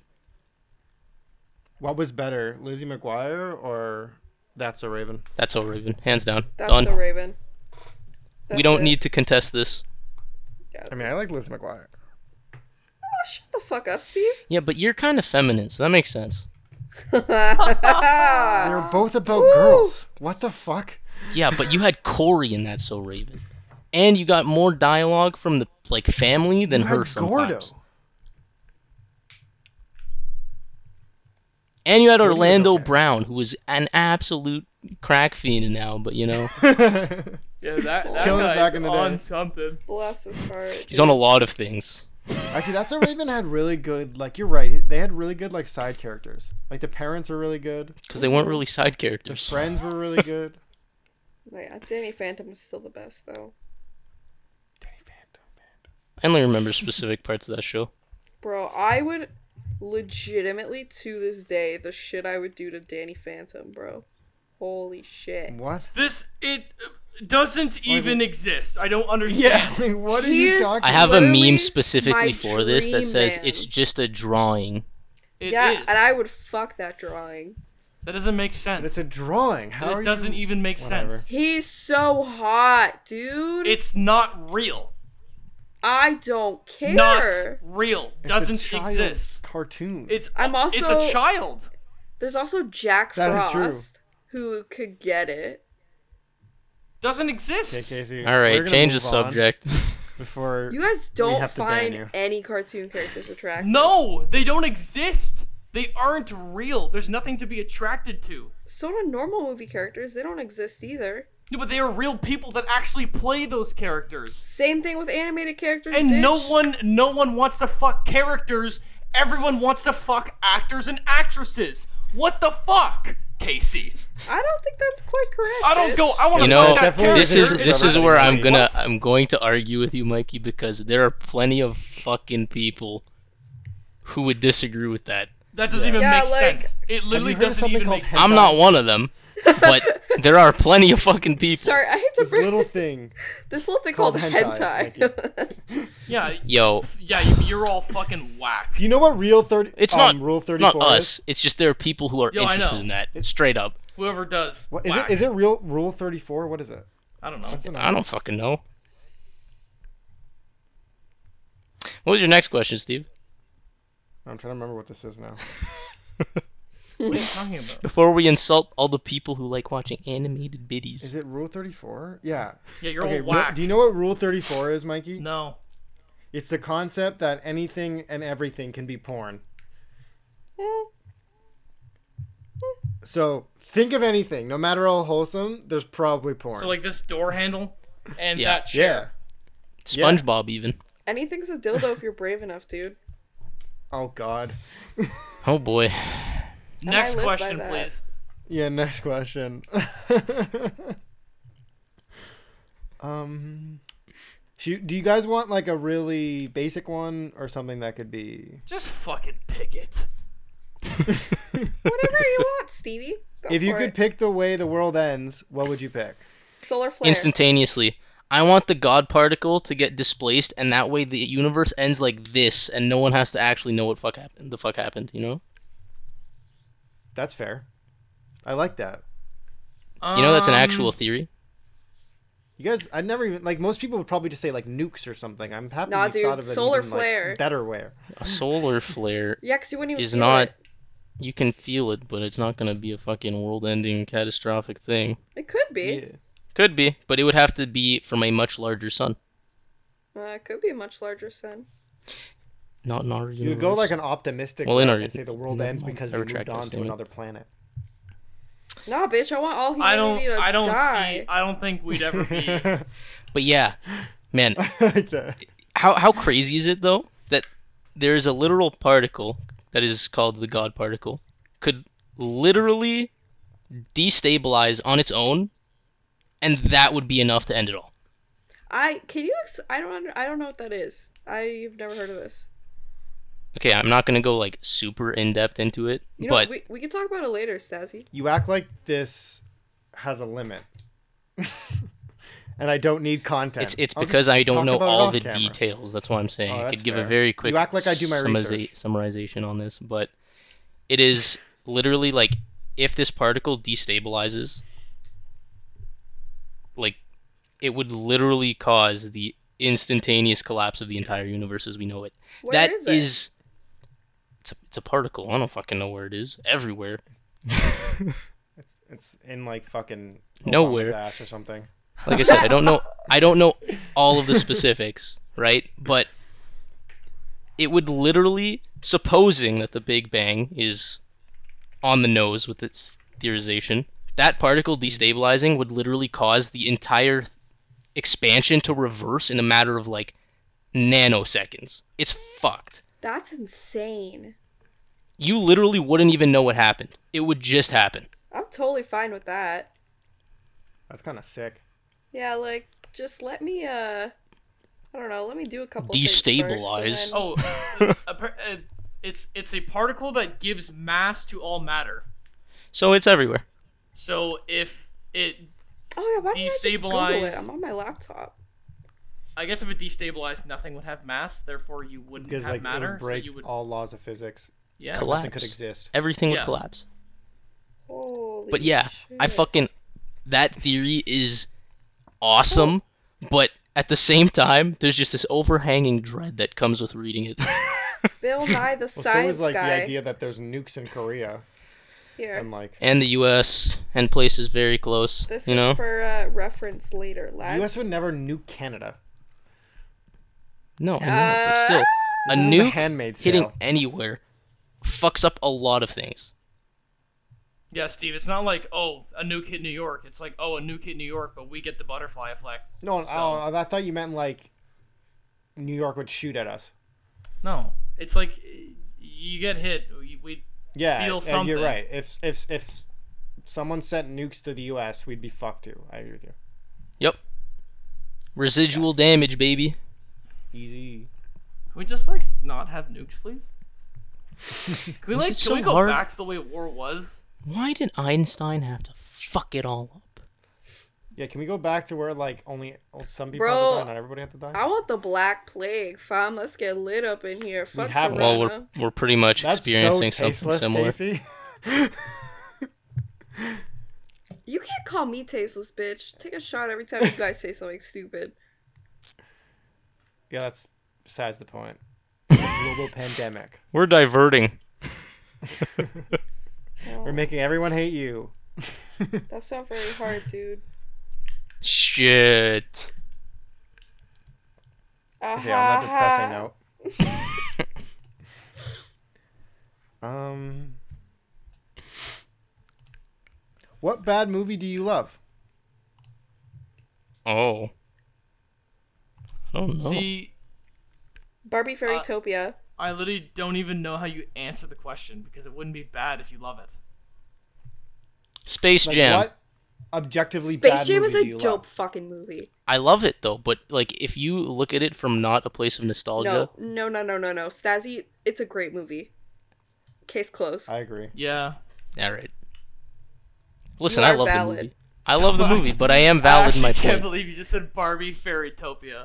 S1: What was better, Lizzie McGuire or That's a Raven?
S3: That's all Raven, hands down.
S4: That's
S3: Done.
S4: so Raven.
S3: we
S4: That's
S3: don't
S4: it.
S3: need to contest this.
S4: Yeah,
S1: I mean, I like
S4: that's-
S1: Lizzie McGuire.
S4: Oh, shut the fuck up, Steve. [laughs]
S3: Yeah, but you're kind of feminine, so that makes sense.
S1: They
S4: That's
S1: were both about girls. What the fuck?
S3: Yeah, but you had Corey in that so Raven, and you got more dialogue from the like family than
S1: You
S3: her
S1: had
S3: sometimes. And you had
S1: Corey was
S3: Orlando
S1: okay.
S3: Brown, who was an absolute crack fiend now, but you know
S1: Gordo.
S2: Yeah, that, that
S1: Killing it
S2: guy's
S1: back in the day.
S2: on something.
S4: Bless his heart.
S3: he's on a lot of things.
S1: Actually, That's a Raven had really good. Like you're right. They had really good like side characters. Like the parents were really good.
S3: Because they weren't really side
S1: The
S3: characters.
S1: friends were really good.
S4: Oh, yeah, Danny Phantom is still the best, though.
S1: Danny Phantom.
S3: I only remember specific parts of that show.
S4: Bro, I would legitimately to this day the shit I would do to Danny Phantom, bro. Holy shit.
S1: What?
S2: This it uh, doesn't even exist. I don't understand.
S1: Yeah. like, what are
S4: He
S1: you
S4: is-
S1: talking?
S3: I have a
S4: Literally
S3: meme specifically
S4: my
S3: for this that
S4: dream
S3: says
S4: man.
S3: it's just a drawing.
S2: It
S4: yeah,
S2: is.
S4: and I would fuck that drawing.
S2: That doesn't make
S1: But
S2: sense.
S1: It's a drawing. How are
S2: it doesn't e-
S1: you...
S2: even make
S1: Whatever.
S2: sense.
S4: He's so hot, dude.
S2: It's not real.
S4: I don't care.
S2: Not real.
S1: It's a
S2: doesn't
S1: child's
S2: exist.
S1: Cartoon.
S2: It's
S4: I'm
S2: it's
S4: also-
S2: a child.
S4: There's also Jack
S1: That is true.
S4: Frost who could get it.
S2: Doesn't exist.
S1: Okay, Casey.
S3: All
S1: we're
S3: right,
S1: gonna
S3: change the
S1: move on
S3: subject. [laughs]
S1: Before
S4: You guys
S1: We
S4: don't
S1: have to ban
S4: find
S1: you.
S4: any cartoon characters attractive.
S2: No, they don't exist. They aren't real. There's nothing to be attracted to.
S4: So do normal movie characters. They don't exist either.
S2: No, but they are real people that actually play those characters.
S4: Same thing with animated characters.
S2: And no
S4: bitch.
S2: one no one wants to fuck characters. Everyone wants to fuck actors and actresses. What the fuck? Casey.
S4: I don't think that's quite correct.
S2: I don't
S4: bitch.
S2: go. I want
S3: You
S2: to
S3: know,
S2: fight that
S1: definitely
S2: character.
S3: this is
S1: It's
S3: this is
S1: dramatic,
S3: where I'm
S1: right?
S3: gonna
S2: What?
S3: I'm going to argue with you, Mikey, because there are plenty of fucking people who would disagree with that.
S2: That doesn't even
S4: Yeah,
S2: make
S4: like-
S2: sense. It literally
S1: heard of
S2: doesn't
S1: something
S2: even
S1: called
S2: make sense.
S1: Hentai?
S3: I'm not one of them, but there are plenty of fucking people.
S4: Sorry, I hate to
S1: This
S4: bring
S1: little thing.
S4: [laughs] this little thing
S1: called
S4: called,
S1: hentai,
S4: hentai.
S2: Yeah,
S3: Yo,
S2: yeah, you- you're all fucking whack.
S1: You know what real thirty?
S3: It's
S1: um,
S3: not-
S1: rule
S3: it's
S1: thirty
S3: not
S1: four.
S3: us. It's just there are people who are
S2: Yo, I
S3: interested
S2: know.
S3: in that. Straight up.
S2: Whoever does.
S1: What, is
S2: whack.
S1: it? Is it real rule thirty four? What is it?
S2: I don't know.
S1: That's an-
S3: I don't fucking know. What was your next question, Steve?
S1: I'm trying to remember what this is
S2: [laughs]
S1: now.
S2: What are you talking about?
S3: Before we insult all the people who like watching animated biddies.
S1: Is it rule thirty four? Yeah.
S2: Yeah, you're
S1: okay.
S2: all
S1: Ru-
S2: whack.
S1: do you know what rule thirty four is, Mikey?
S2: No.
S1: It's the concept that anything and everything can be porn. So think of anything, no matter how wholesome, there's probably porn.
S2: So like this door handle and
S3: Yeah.
S2: that
S1: yeah.
S2: chair.
S1: Yeah.
S3: SpongeBob even.
S4: [laughs] Anything's a dildo if you're brave enough, dude.
S1: Oh God.
S3: Oh boy.
S4: And I
S2: Next
S4: live by
S2: question,
S4: that.
S2: please.
S1: Yeah. Next question. [laughs] um. Do you, do you guys want like a really basic one or something that could be?
S2: Just fucking pick it.
S4: Whatever
S2: [laughs]
S4: you want, Stevie. Go
S1: If you
S4: for
S1: could
S4: it.
S1: pick the way the world ends, what would you pick?
S4: solar flare.
S3: Instantaneously. I want the God particle to get displaced and that way the universe ends like this and no one has to actually know what fuck happened the fuck happened, you know?
S1: That's fair. I like that.
S3: You know that's an
S2: Um,
S3: actual theory.
S1: You guys, I never even like most people would probably just say like nukes or something. I'm happy
S4: Nah,
S1: you
S4: dude,
S1: thought of it
S4: solar
S1: even, like,
S4: flare.
S1: better way.
S3: A solar flare
S4: Yeah, because you wouldn't even.
S3: is
S4: feel
S3: not
S4: It.
S3: you can feel it, but it's not gonna be a fucking world ending catastrophic thing.
S4: it could be.
S1: Yeah.
S3: Could be, but it would have to be from a much larger sun.
S4: Uh, it could be a much larger sun.
S3: Not in our
S1: You
S3: universe.
S1: would go like an optimistic
S3: Well,
S1: route
S3: in our-
S1: and say the world
S3: never
S1: ends
S3: mind.
S1: because
S3: I
S1: we moved
S3: retract that
S1: on to
S3: statement.
S1: another planet. [laughs]
S4: Nah, bitch. I want all
S2: I
S4: humanity
S2: don't.
S4: to
S2: I don't
S4: die.
S2: see. I don't think we'd ever be.
S1: [laughs]
S3: But yeah, man,
S1: like that.
S3: how how crazy is it though that there is a literal particle that is called the God particle could literally destabilize on its own, and that would be enough to end it all.
S4: I can you? Ex- I don't. Under- I don't know what that is. I've never heard of this.
S3: Okay, I'm not gonna go like super in depth into it,
S4: You know,
S3: but
S4: we we can talk about it later, Stazzy.
S1: You act like this has a limit, and I don't need content.
S3: it's it's
S1: I'll just
S3: because I don't
S1: talk
S3: know
S1: about it
S3: all
S1: off
S3: the
S1: camera.
S3: details. That's what I'm saying.
S1: Oh,
S3: I
S1: that's
S3: could give
S1: fair.
S3: a very quick
S1: act like I do my
S3: summariza-
S1: research.
S3: summarization on this, but it is literally like if this particle destabilizes, like it would literally cause the instantaneous collapse of the entire universe as we know it.
S4: Where
S3: that
S4: it?
S3: is it's a, it's a particle. I don't fucking know where it is. Everywhere.
S1: It's it's in like fucking Obama's
S3: Nowhere.
S1: ass or something.
S3: like I said, I don't know I don't know all of the specifics, right? But it would literally supposing that the Big Bang is on the nose with its theorization, that particle destabilizing would literally cause the entire expansion to reverse in a matter of like nanoseconds. It's fucked.
S4: That's insane.
S3: You literally wouldn't even know what happened. It would just happen.
S4: I'm totally fine with that.
S1: That's kind of sick.
S4: Yeah, like just let me uh I don't know, let me do a couple
S3: Destabilize.
S4: Things first, and
S2: Oh,
S4: then-
S2: a par- uh, it's it's a particle that gives mass to all matter.
S3: So it's everywhere.
S2: So if it,
S4: oh yeah, why didn't I just Google it?
S2: Destabilize.
S4: I'm on my laptop.
S2: I guess if it destabilized, nothing would have mass. Therefore, you wouldn't
S1: Because
S2: have
S1: like it
S2: matter.
S1: would break
S2: so you would.
S1: all laws of physics.
S2: yeah.
S3: Collapse.
S1: Nothing could exist.
S3: Everything would
S2: Yeah.
S3: collapse.
S4: Holy
S3: But yeah, I
S4: shit.
S3: fucking that theory is awesome, but at the same time, there's just this overhanging dread that comes with reading it.
S4: Bill Nye the
S1: [laughs] Well, so
S4: science
S1: is like
S4: guy
S1: the idea that there's nukes in Korea
S4: here.
S1: and like
S3: and the U.S. and places very close,
S4: this
S3: you know.
S4: is for uh reference later, lads.
S1: the U.S. would never nuke Canada.
S3: no, I know, but still, a
S1: This is the
S3: nuke
S1: Handmaid's
S3: hitting
S1: Tale.
S3: anywhere fucks up a lot of things.
S2: Yeah, Steve. It's not like oh a nuke hit New York. It's like oh a nuke hit New York, but we get the butterfly effect.
S1: No,
S2: So-
S1: oh, I thought you meant like New York would shoot at us.
S2: No, it's like eh, you get hit. We, we
S1: Yeah,
S2: Feel
S1: yeah, uh,
S2: something.
S1: you're right. If if if someone sent nukes to the U.S., we'd be fucked too. I agree with you.
S3: Yep. Residual damage, baby.
S1: Easy.
S2: Can we just like not have
S1: [laughs]
S2: nukes, please? Can we
S3: Was
S2: like? Can
S3: it so
S2: we go
S3: hard?
S2: back to the way war was?
S3: Why did Einstein have to fuck it all up?
S1: Yeah, can we go back to where like only some people
S4: Bro,
S1: have to die, not everybody have to die?
S4: I want the black plague, fam. Let's get lit up in here. Fuck
S1: have it.
S3: Well,
S4: corona.
S3: we're we're pretty much
S1: That's
S3: experiencing
S1: so
S3: something
S1: tasteless,
S3: similar.
S1: Casey. [laughs]
S4: You can't call me tasteless, bitch. Take a shot every time you guys say something
S1: [laughs]
S4: stupid.
S1: yeah, that's besides the point. It's a global pandemic.
S3: We're diverting.
S1: We're making everyone hate you.
S4: Oh, That's not very hard, dude.
S3: Shit.
S1: Okay, on that depressing note. [laughs] um, what bad movie do you love?
S3: Oh. I don't know.
S2: See,
S4: Barbie
S2: Uh,
S4: Fairytopia.
S2: I literally don't even know how you answer the question because it wouldn't be bad if you love it.
S3: Space
S1: Like,
S3: Jam.
S1: What objectively
S4: Space
S1: bad
S4: Jam
S1: movie
S4: is a
S1: do you
S4: dope
S1: love?
S4: fucking movie.
S3: I love it though, but like if you look at it from not a place of nostalgia,
S4: No, no, no, no, no, no. Stazzy, it's a great movie. Case closed.
S1: I agree. [laughs]
S2: Yeah.
S3: all right. Listen,
S4: You
S3: I
S4: are
S3: love
S4: valid.
S3: the movie. I love the movie, but I am valid
S2: I [laughs]
S3: in my
S2: actually can't
S3: point.
S2: believe you just said Barbie Fairytopia.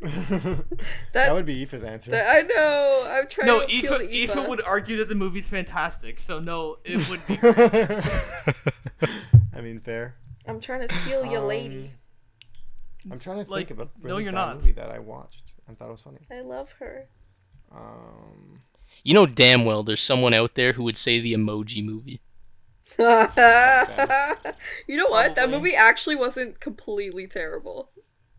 S1: that
S4: that,
S1: would be Aoife's answer.
S4: that- I know. I'm trying
S2: No,
S4: to appeal
S2: Aoife,
S4: to Aoife.
S2: Aoife would argue that the movie's fantastic, so no, it
S1: [laughs]
S2: would be.
S4: uh,
S1: I mean, fair.
S4: I'm trying to steal your
S1: Um,
S4: lady.
S1: I'm trying to think
S2: Like,
S1: of a
S2: no,
S1: really
S2: you're
S1: bad
S2: not.
S1: movie that I watched and thought it was funny.
S4: I love
S1: [laughs]
S4: her.
S1: Um,
S3: You know damn well there's someone out there who would say the emoji movie.
S4: you know what? That
S2: Probably.
S4: movie actually wasn't completely terrible.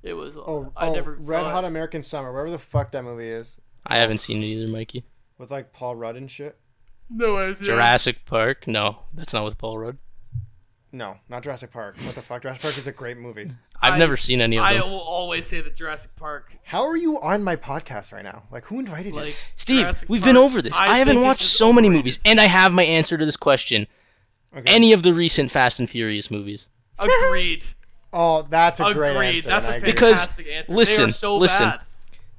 S2: it was. Oh,
S1: oh,
S2: I
S1: oh,
S2: never
S1: Red
S2: saw
S1: Hot
S2: it.
S1: American Summer, wherever the fuck that movie is,
S3: I haven't seen it either, Mikey.
S2: Mm.
S1: with like Paul Rudd and shit.
S2: No idea.
S3: Jurassic Park? No, that's not with Paul Rudd.
S1: No, not Jurassic Park. What the fuck? Jurassic Park is a great movie.
S3: I've
S2: I-
S3: never seen any of
S2: I
S3: them.
S2: will always say that Jurassic Park.
S1: How are you on my podcast right now? Like, who invited you? [laughs]
S2: Like
S3: Steve,
S2: Jurassic
S3: we've been
S2: Park,
S3: over this.
S2: I
S3: I, haven't
S2: think this
S3: watched
S2: is
S3: so many
S2: overrated.
S3: movies, and I have my answer to this question.
S1: Okay.
S3: Any of the recent Fast and Furious movies?
S2: Agreed.
S1: oh, that's a great
S2: Agreed.
S1: answer.
S2: That's
S1: and I
S2: a
S1: agree.
S3: Because-
S2: fantastic answer. they
S3: listen,
S2: are so
S3: listen.
S2: bad.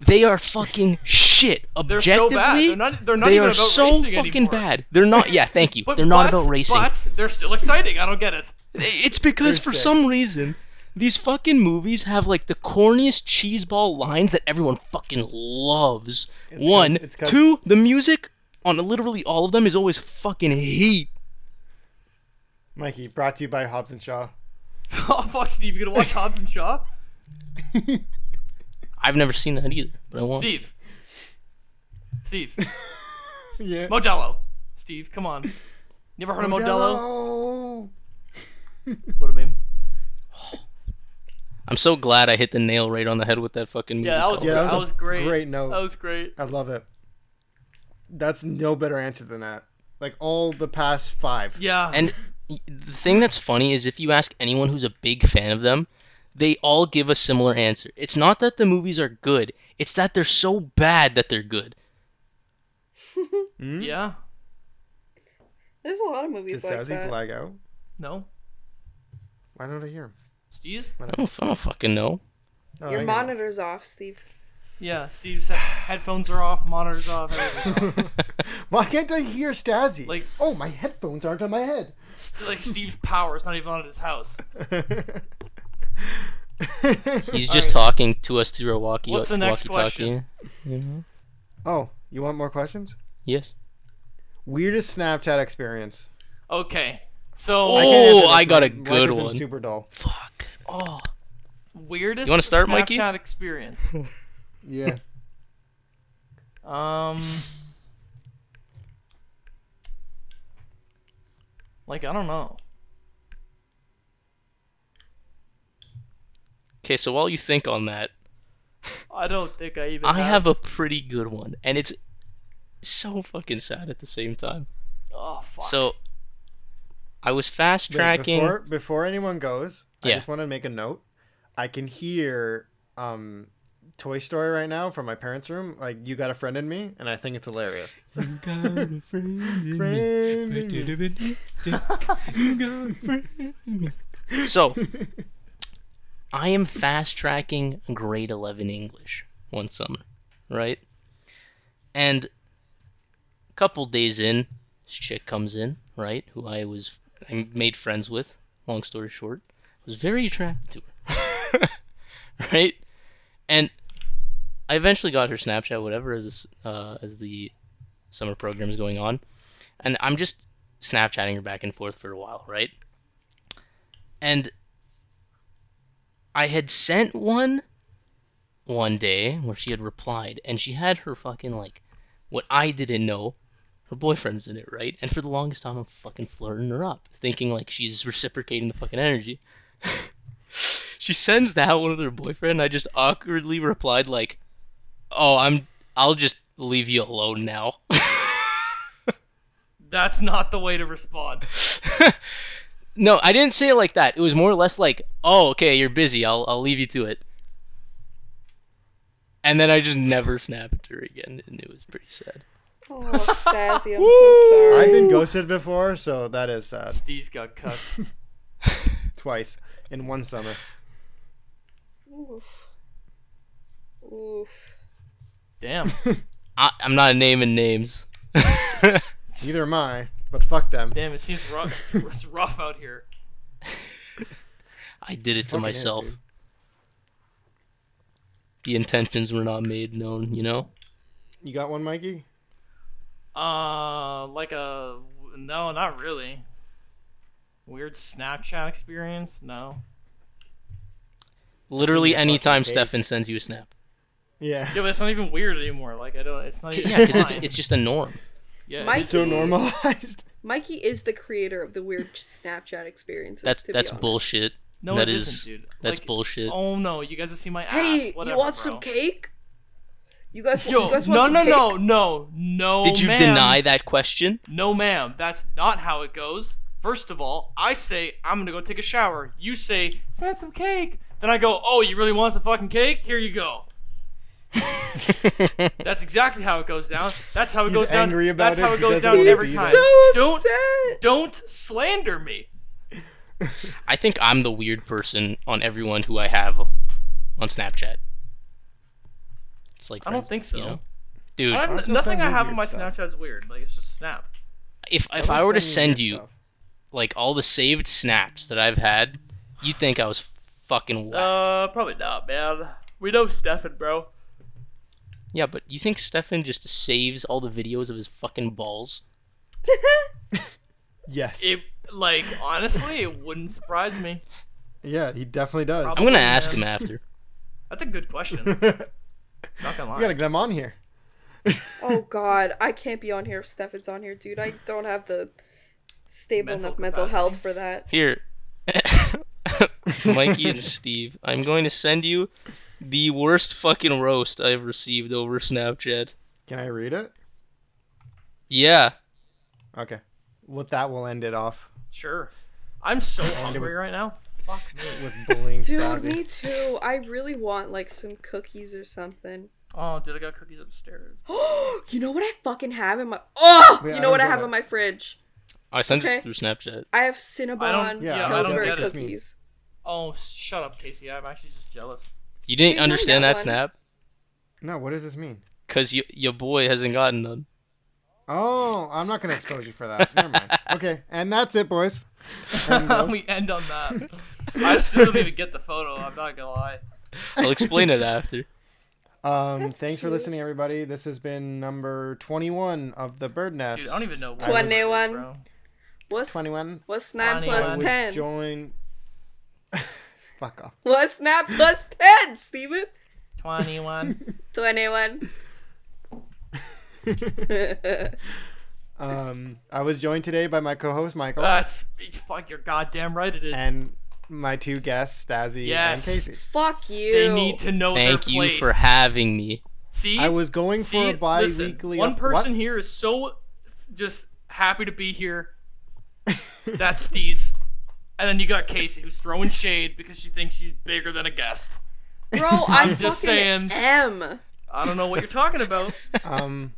S3: They are fucking shit.
S2: They're so
S3: Objectively,
S2: bad. They're not. They're not
S3: they
S2: even
S3: are
S2: about
S3: so
S2: racing
S3: fucking
S2: anymore.
S3: bad. They're not. Yeah, thank you.
S2: [laughs] But,
S3: they're not
S2: but-
S3: about racing.
S2: But they're still exciting. I don't get it. [laughs]
S3: It's because
S1: They're
S3: for
S1: sick.
S3: some reason these fucking movies have like the corniest cheeseball lines that everyone fucking loves.
S1: It's 'cause-
S3: One,
S1: it's 'cause-
S3: two, the music on literally all of them is always fucking heat.
S1: Mikey, brought to you by Hobbs and Shaw.
S2: oh fuck, Steve, you gonna watch Hobbs and Shaw?
S3: I've never seen that either, but I want.
S2: Steve. Steve.
S1: yeah.
S2: Modelo. Steve, come on. You ever heard of Modelo?
S1: Modelo.
S2: What a meme.
S3: I'm so glad I hit the nail right on the head with that fucking movie.
S2: Yeah, that was,
S1: Yeah, that was
S2: that
S1: a
S2: was great.
S1: Great note.
S2: That was great.
S1: I love it. That's no better answer than that. Like all the past five.
S2: Yeah.
S3: And y- the thing that's funny is if you ask anyone who's a big fan of them, they all give a similar answer. It's not that the movies are good, it's that they're so bad that they're good.
S1: Hmm?
S2: yeah.
S4: There's a lot of movies
S1: Did
S4: like
S1: Sazzy
S4: that.
S1: flag out?
S2: No.
S1: Why don't I hear him?
S2: Steve's?
S3: I don't, I don't fucking know.
S1: Oh,
S4: Your
S1: I hear him.
S4: monitor's off, Steve.
S2: Yeah, Steve's he- headphones are off, monitors off, everything.
S3: [laughs]
S1: Why can't I hear Stazzy?
S2: Like-
S1: oh, my headphones aren't on my head.
S2: St- like Steve's power's not even on at his house.
S3: He's
S2: All
S3: just
S2: right.
S3: talking to us through a walkie
S2: What's the next
S3: walkie
S2: question?
S1: [laughs] oh, you want more questions?
S3: Yes.
S1: Weirdest Snapchat experience.
S2: Okay. So
S3: Oh,
S1: can't answer this,
S3: I got
S1: my-
S3: a
S1: my
S3: good
S1: life has been
S3: one.
S1: Super dull.
S3: Fuck. Oh.
S2: weirdest
S3: You wanna start,
S2: Snapchat
S3: Mikey? [laughs]
S2: experience.
S1: Yeah.
S2: Um, like I don't know.
S3: Okay, so while you think on that,
S2: I don't think I even.
S3: I have a pretty good one, and it's so fucking sad at the same time.
S2: Oh fuck.
S3: So, I was fast
S1: Wait,
S3: tracking.
S1: before, before anyone goes, I
S3: Yeah.
S1: just want to make a note. I can hear um Toy Story right now from my parents' room. Like you got a friend in me, and I think it's hilarious.
S3: [laughs] You got a friend in me.
S1: Friend in me.
S3: so I am fast tracking grade 11 English one summer, right? And a couple days in, this chick comes in, right? Who I was I made friends with, long story short. I was very attracted to her. [laughs] right? And I eventually got her Snapchat whatever as this, uh, as the summer program is going on. And I'm just Snapchatting her back and forth for a while, right? And I had sent one one day where she had replied, and she had her fucking like what I didn't know. Her boyfriend's in it, right? And for the longest time, I'm fucking flirting her up, thinking like she's reciprocating the fucking energy. [laughs] she sends that one with her boyfriend. And I just awkwardly replied like, "Oh, I'm. I'll just leave you alone now." [laughs]
S2: That's not the way to respond.
S3: [laughs] no, I didn't say it like that. It was more or less like, "Oh, okay, you're busy. I'll I'll leave you to it." And then I just never snapped her again, and it was pretty sad.
S4: Oh,
S1: [laughs]
S4: Stassi, I'm so sorry.
S1: I've been ghosted before, so that is sad.
S2: Steve's got cut.
S1: Twice in one summer.
S4: Oof. Oof.
S2: Damn.
S3: I, I'm not naming names. [laughs]
S1: Neither am I, but fuck them.
S2: Damn, it seems rough. It's, it's rough out here.
S3: I did it to
S1: Fucking is,
S3: myself.
S1: dude.
S3: the intentions were not made known, you know?
S1: You got one, Mikey?
S2: Uh, like a no, not really. Weird Snapchat experience? No.
S3: Literally
S1: fucking
S3: anytime
S1: cake.
S3: Stefan sends you a snap.
S1: Yeah.
S2: Yeah, but it's not even weird anymore. Like I don't. It's not. Even
S3: Yeah, because it's,
S2: fine.
S3: it's just a norm.
S2: yeah.
S1: [laughs]
S4: My-
S1: It's so normalized.
S4: Mikey is the creator of
S1: [laughs]
S4: the weird Snapchat experiences.
S3: That's
S4: to be
S3: that's
S4: honest.
S3: bullshit.
S2: no,
S3: that
S2: it
S3: is-
S2: isn't, dude.
S3: That's
S2: Like,
S3: bullshit.
S2: Oh no, you guys have seen my ass.
S4: Hey,
S2: Ah, Whatever,
S4: you want
S2: bro.
S4: some cake? You guys,
S2: Yo,
S4: you guys want
S2: no,
S4: some
S2: no,
S4: cake?
S2: no, no, no.
S3: Did you
S2: ma'am.
S3: deny that question?
S2: No, ma'am. That's not how it goes. First of all, I say I'm gonna go take a shower. You say send some cake. Then I go, oh, you really want some fucking cake? Here you go. That's exactly how it goes down. That's how it
S1: He's
S2: goes down.
S1: angry about
S2: That's
S1: it.
S2: how it
S1: He
S2: goes
S1: doesn't
S2: down
S1: wanna
S2: every
S1: be
S2: time.
S4: So
S2: Don't-
S4: upset.
S2: Don't slander me.
S3: I think I'm the weird person on everyone who I have on Snapchat. It's like
S2: I don't think so.
S3: you know? dude.
S2: I
S1: Why don't
S2: don't,
S1: you
S2: nothing
S1: send
S2: I
S1: me
S2: have
S1: weird
S2: on my
S1: stuff?
S2: Snapchat is weird. Like it's just snap.
S3: If if
S1: Don't
S3: I were to
S1: me
S3: send
S1: your
S3: you
S1: stuff.
S3: like all the saved snaps that I've had, you'd think I was fucking whack.
S2: Uh, probably not, man. We know Stefan, bro.
S3: Yeah, but you think Stefan just saves all the videos of his fucking balls?
S1: Yes.
S2: It like honestly, it wouldn't surprise me.
S1: Yeah, he definitely does.
S3: I'm
S2: Probably.
S3: gonna
S2: Yeah.
S3: ask
S2: [laughs]
S3: him after.
S2: That's a good question.
S1: [laughs] you
S2: Not gonna lie.
S1: gotta get him on here.
S4: Oh God, I can't be on here if Stefan's on here, dude. I don't have the stable
S2: Mental
S4: enough mental
S2: capacity.
S4: health for that.
S3: Here, [laughs] Mikey and Steve, I'm going to send you the worst fucking roast I've received over Snapchat.
S1: Can I read it?
S3: Yeah,
S1: Okay. What that will end it off
S2: Sure. I'm so
S1: it
S2: hungry
S1: would-
S2: right now. Fuck me.
S1: with bullying
S4: Dude,
S1: Stasi.
S4: me too. I really want like some cookies or something. [gasps]
S2: Oh, dude, I got cookies upstairs.
S4: you know what I fucking have in my oh,
S1: Wait, I
S4: you know
S1: don't
S4: what I
S1: get
S4: have
S1: it.
S4: in my fridge.
S3: I sent
S4: Okay.
S3: it through Snapchat.
S4: I have Cinnabon
S1: yeah,
S2: I don't
S4: Pillsbury
S2: get it.
S4: cookies.
S2: Oh, shut up, Casey. I'm actually just jealous.
S3: You
S4: Wait,
S3: didn't
S4: no, I
S3: understand
S4: got
S3: that
S4: one.
S3: snap
S1: No, what does this mean?
S3: because you, your boy hasn't gotten none.
S1: Oh, I'm not gonna expose you for that. Never
S4: [laughs]
S1: mind. Okay, and that's it, boys. And girls.
S2: [laughs] we end on
S1: [laughs]
S2: that. I still don't even get the photo. I'm not gonna lie.
S3: I'll explain it after.
S1: Um,
S4: That's
S1: thanks for
S4: cute.
S1: listening, everybody. This has been number 21 of the Bird Nest.
S2: Dude, I don't even know.
S1: I was-
S2: what it is,
S4: 21.
S2: bro.
S4: What's
S1: 21.
S4: what's nine
S2: Funny
S4: plus
S1: I
S2: one.
S1: would
S4: ten?
S1: join. [laughs] Fuck
S4: [laughs]
S1: off.
S4: What's nine plus ten, Steven?
S1: [laughs]
S2: 21.
S4: Twenty-one. [laughs]
S1: Um, I was joined today by my co-host Michael
S2: That's fuck. You're goddamn right. It is.
S1: and my two guests Stazzy
S2: Yes.
S1: and Casey.
S4: Fuck you.
S2: they need to know
S3: Thank
S2: their
S3: you
S2: place.
S3: for having me.
S2: See,
S1: I was going
S2: see,
S1: for a bi-weekly.
S2: listen, one
S1: up-
S2: person
S1: What?
S2: here is so just happy to be here. That's Steez. And then you got Casey, who's throwing shade because she thinks she's bigger than a guest.
S4: Bro, I
S2: [laughs] I'm
S4: fucking
S2: just saying.
S4: am.
S2: I don't know what you're
S1: [laughs]
S2: talking about.
S1: [laughs] Um,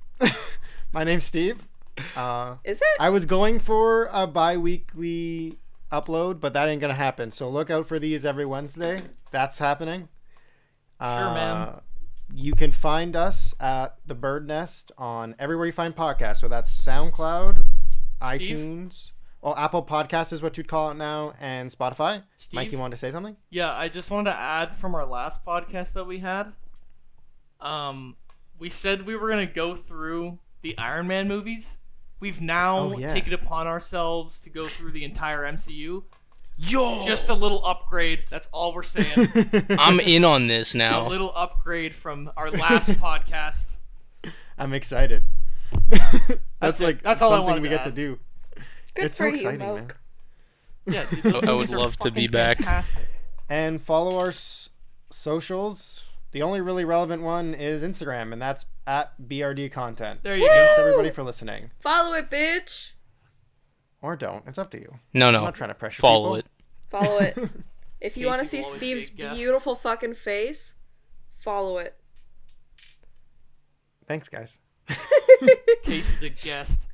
S1: my name's Steve. Uh,
S4: Is it?
S1: I was going for a bi-weekly upload, but that ain't gonna happen. So look out for these every Wednesday. That's happening.
S2: Sure, ma'am.
S1: Uh, You can find us at the Bird Nest on everywhere you find podcasts. So that's SoundCloud,
S2: Steve?
S1: iTunes, well, Apple Podcasts is what you'd call it now, and Spotify.
S2: Steve?
S1: Mike, you want to say something?
S2: Yeah, I just wanted to add from our last podcast that we had. Um, we said we were gonna go through the Iron Man movies. We've now
S1: Oh, yeah.
S2: taken upon ourselves to go through the entire MCU.
S3: Yo,
S2: Just a little upgrade. That's all we're
S3: [laughs]
S2: saying.
S3: I'm in on this
S2: a
S3: now.
S2: little upgrade from our
S3: [laughs]
S2: last podcast.
S1: I'm
S2: [laughs]
S1: excited. that's
S2: it.
S1: like
S2: That's all I
S1: something
S2: wanted
S1: we
S2: to
S1: get to
S2: add.
S1: do.
S4: Good
S1: it's so
S4: for you,
S1: exciting, man.
S4: Moke.
S2: Yeah, dude, those
S3: I would
S2: movies are
S3: love to be
S2: fucking
S3: back.
S2: Fantastic.
S1: and follow our s- socials. The only really relevant one is Instagram, and that's at BRD content.
S2: There you go.
S1: Thanks everybody for listening,
S4: Follow it, bitch.
S1: or don't. It's up to you.
S3: No,
S1: I'm
S3: no,
S1: not trying to pressure.
S3: follow it.
S4: Follow
S1: [laughs]
S4: it. If you want to
S2: Casey
S4: see
S2: will always
S4: Steve's
S2: be a guest.
S4: beautiful fucking face, follow it.
S1: Thanks, guys.
S2: Casey's a guest.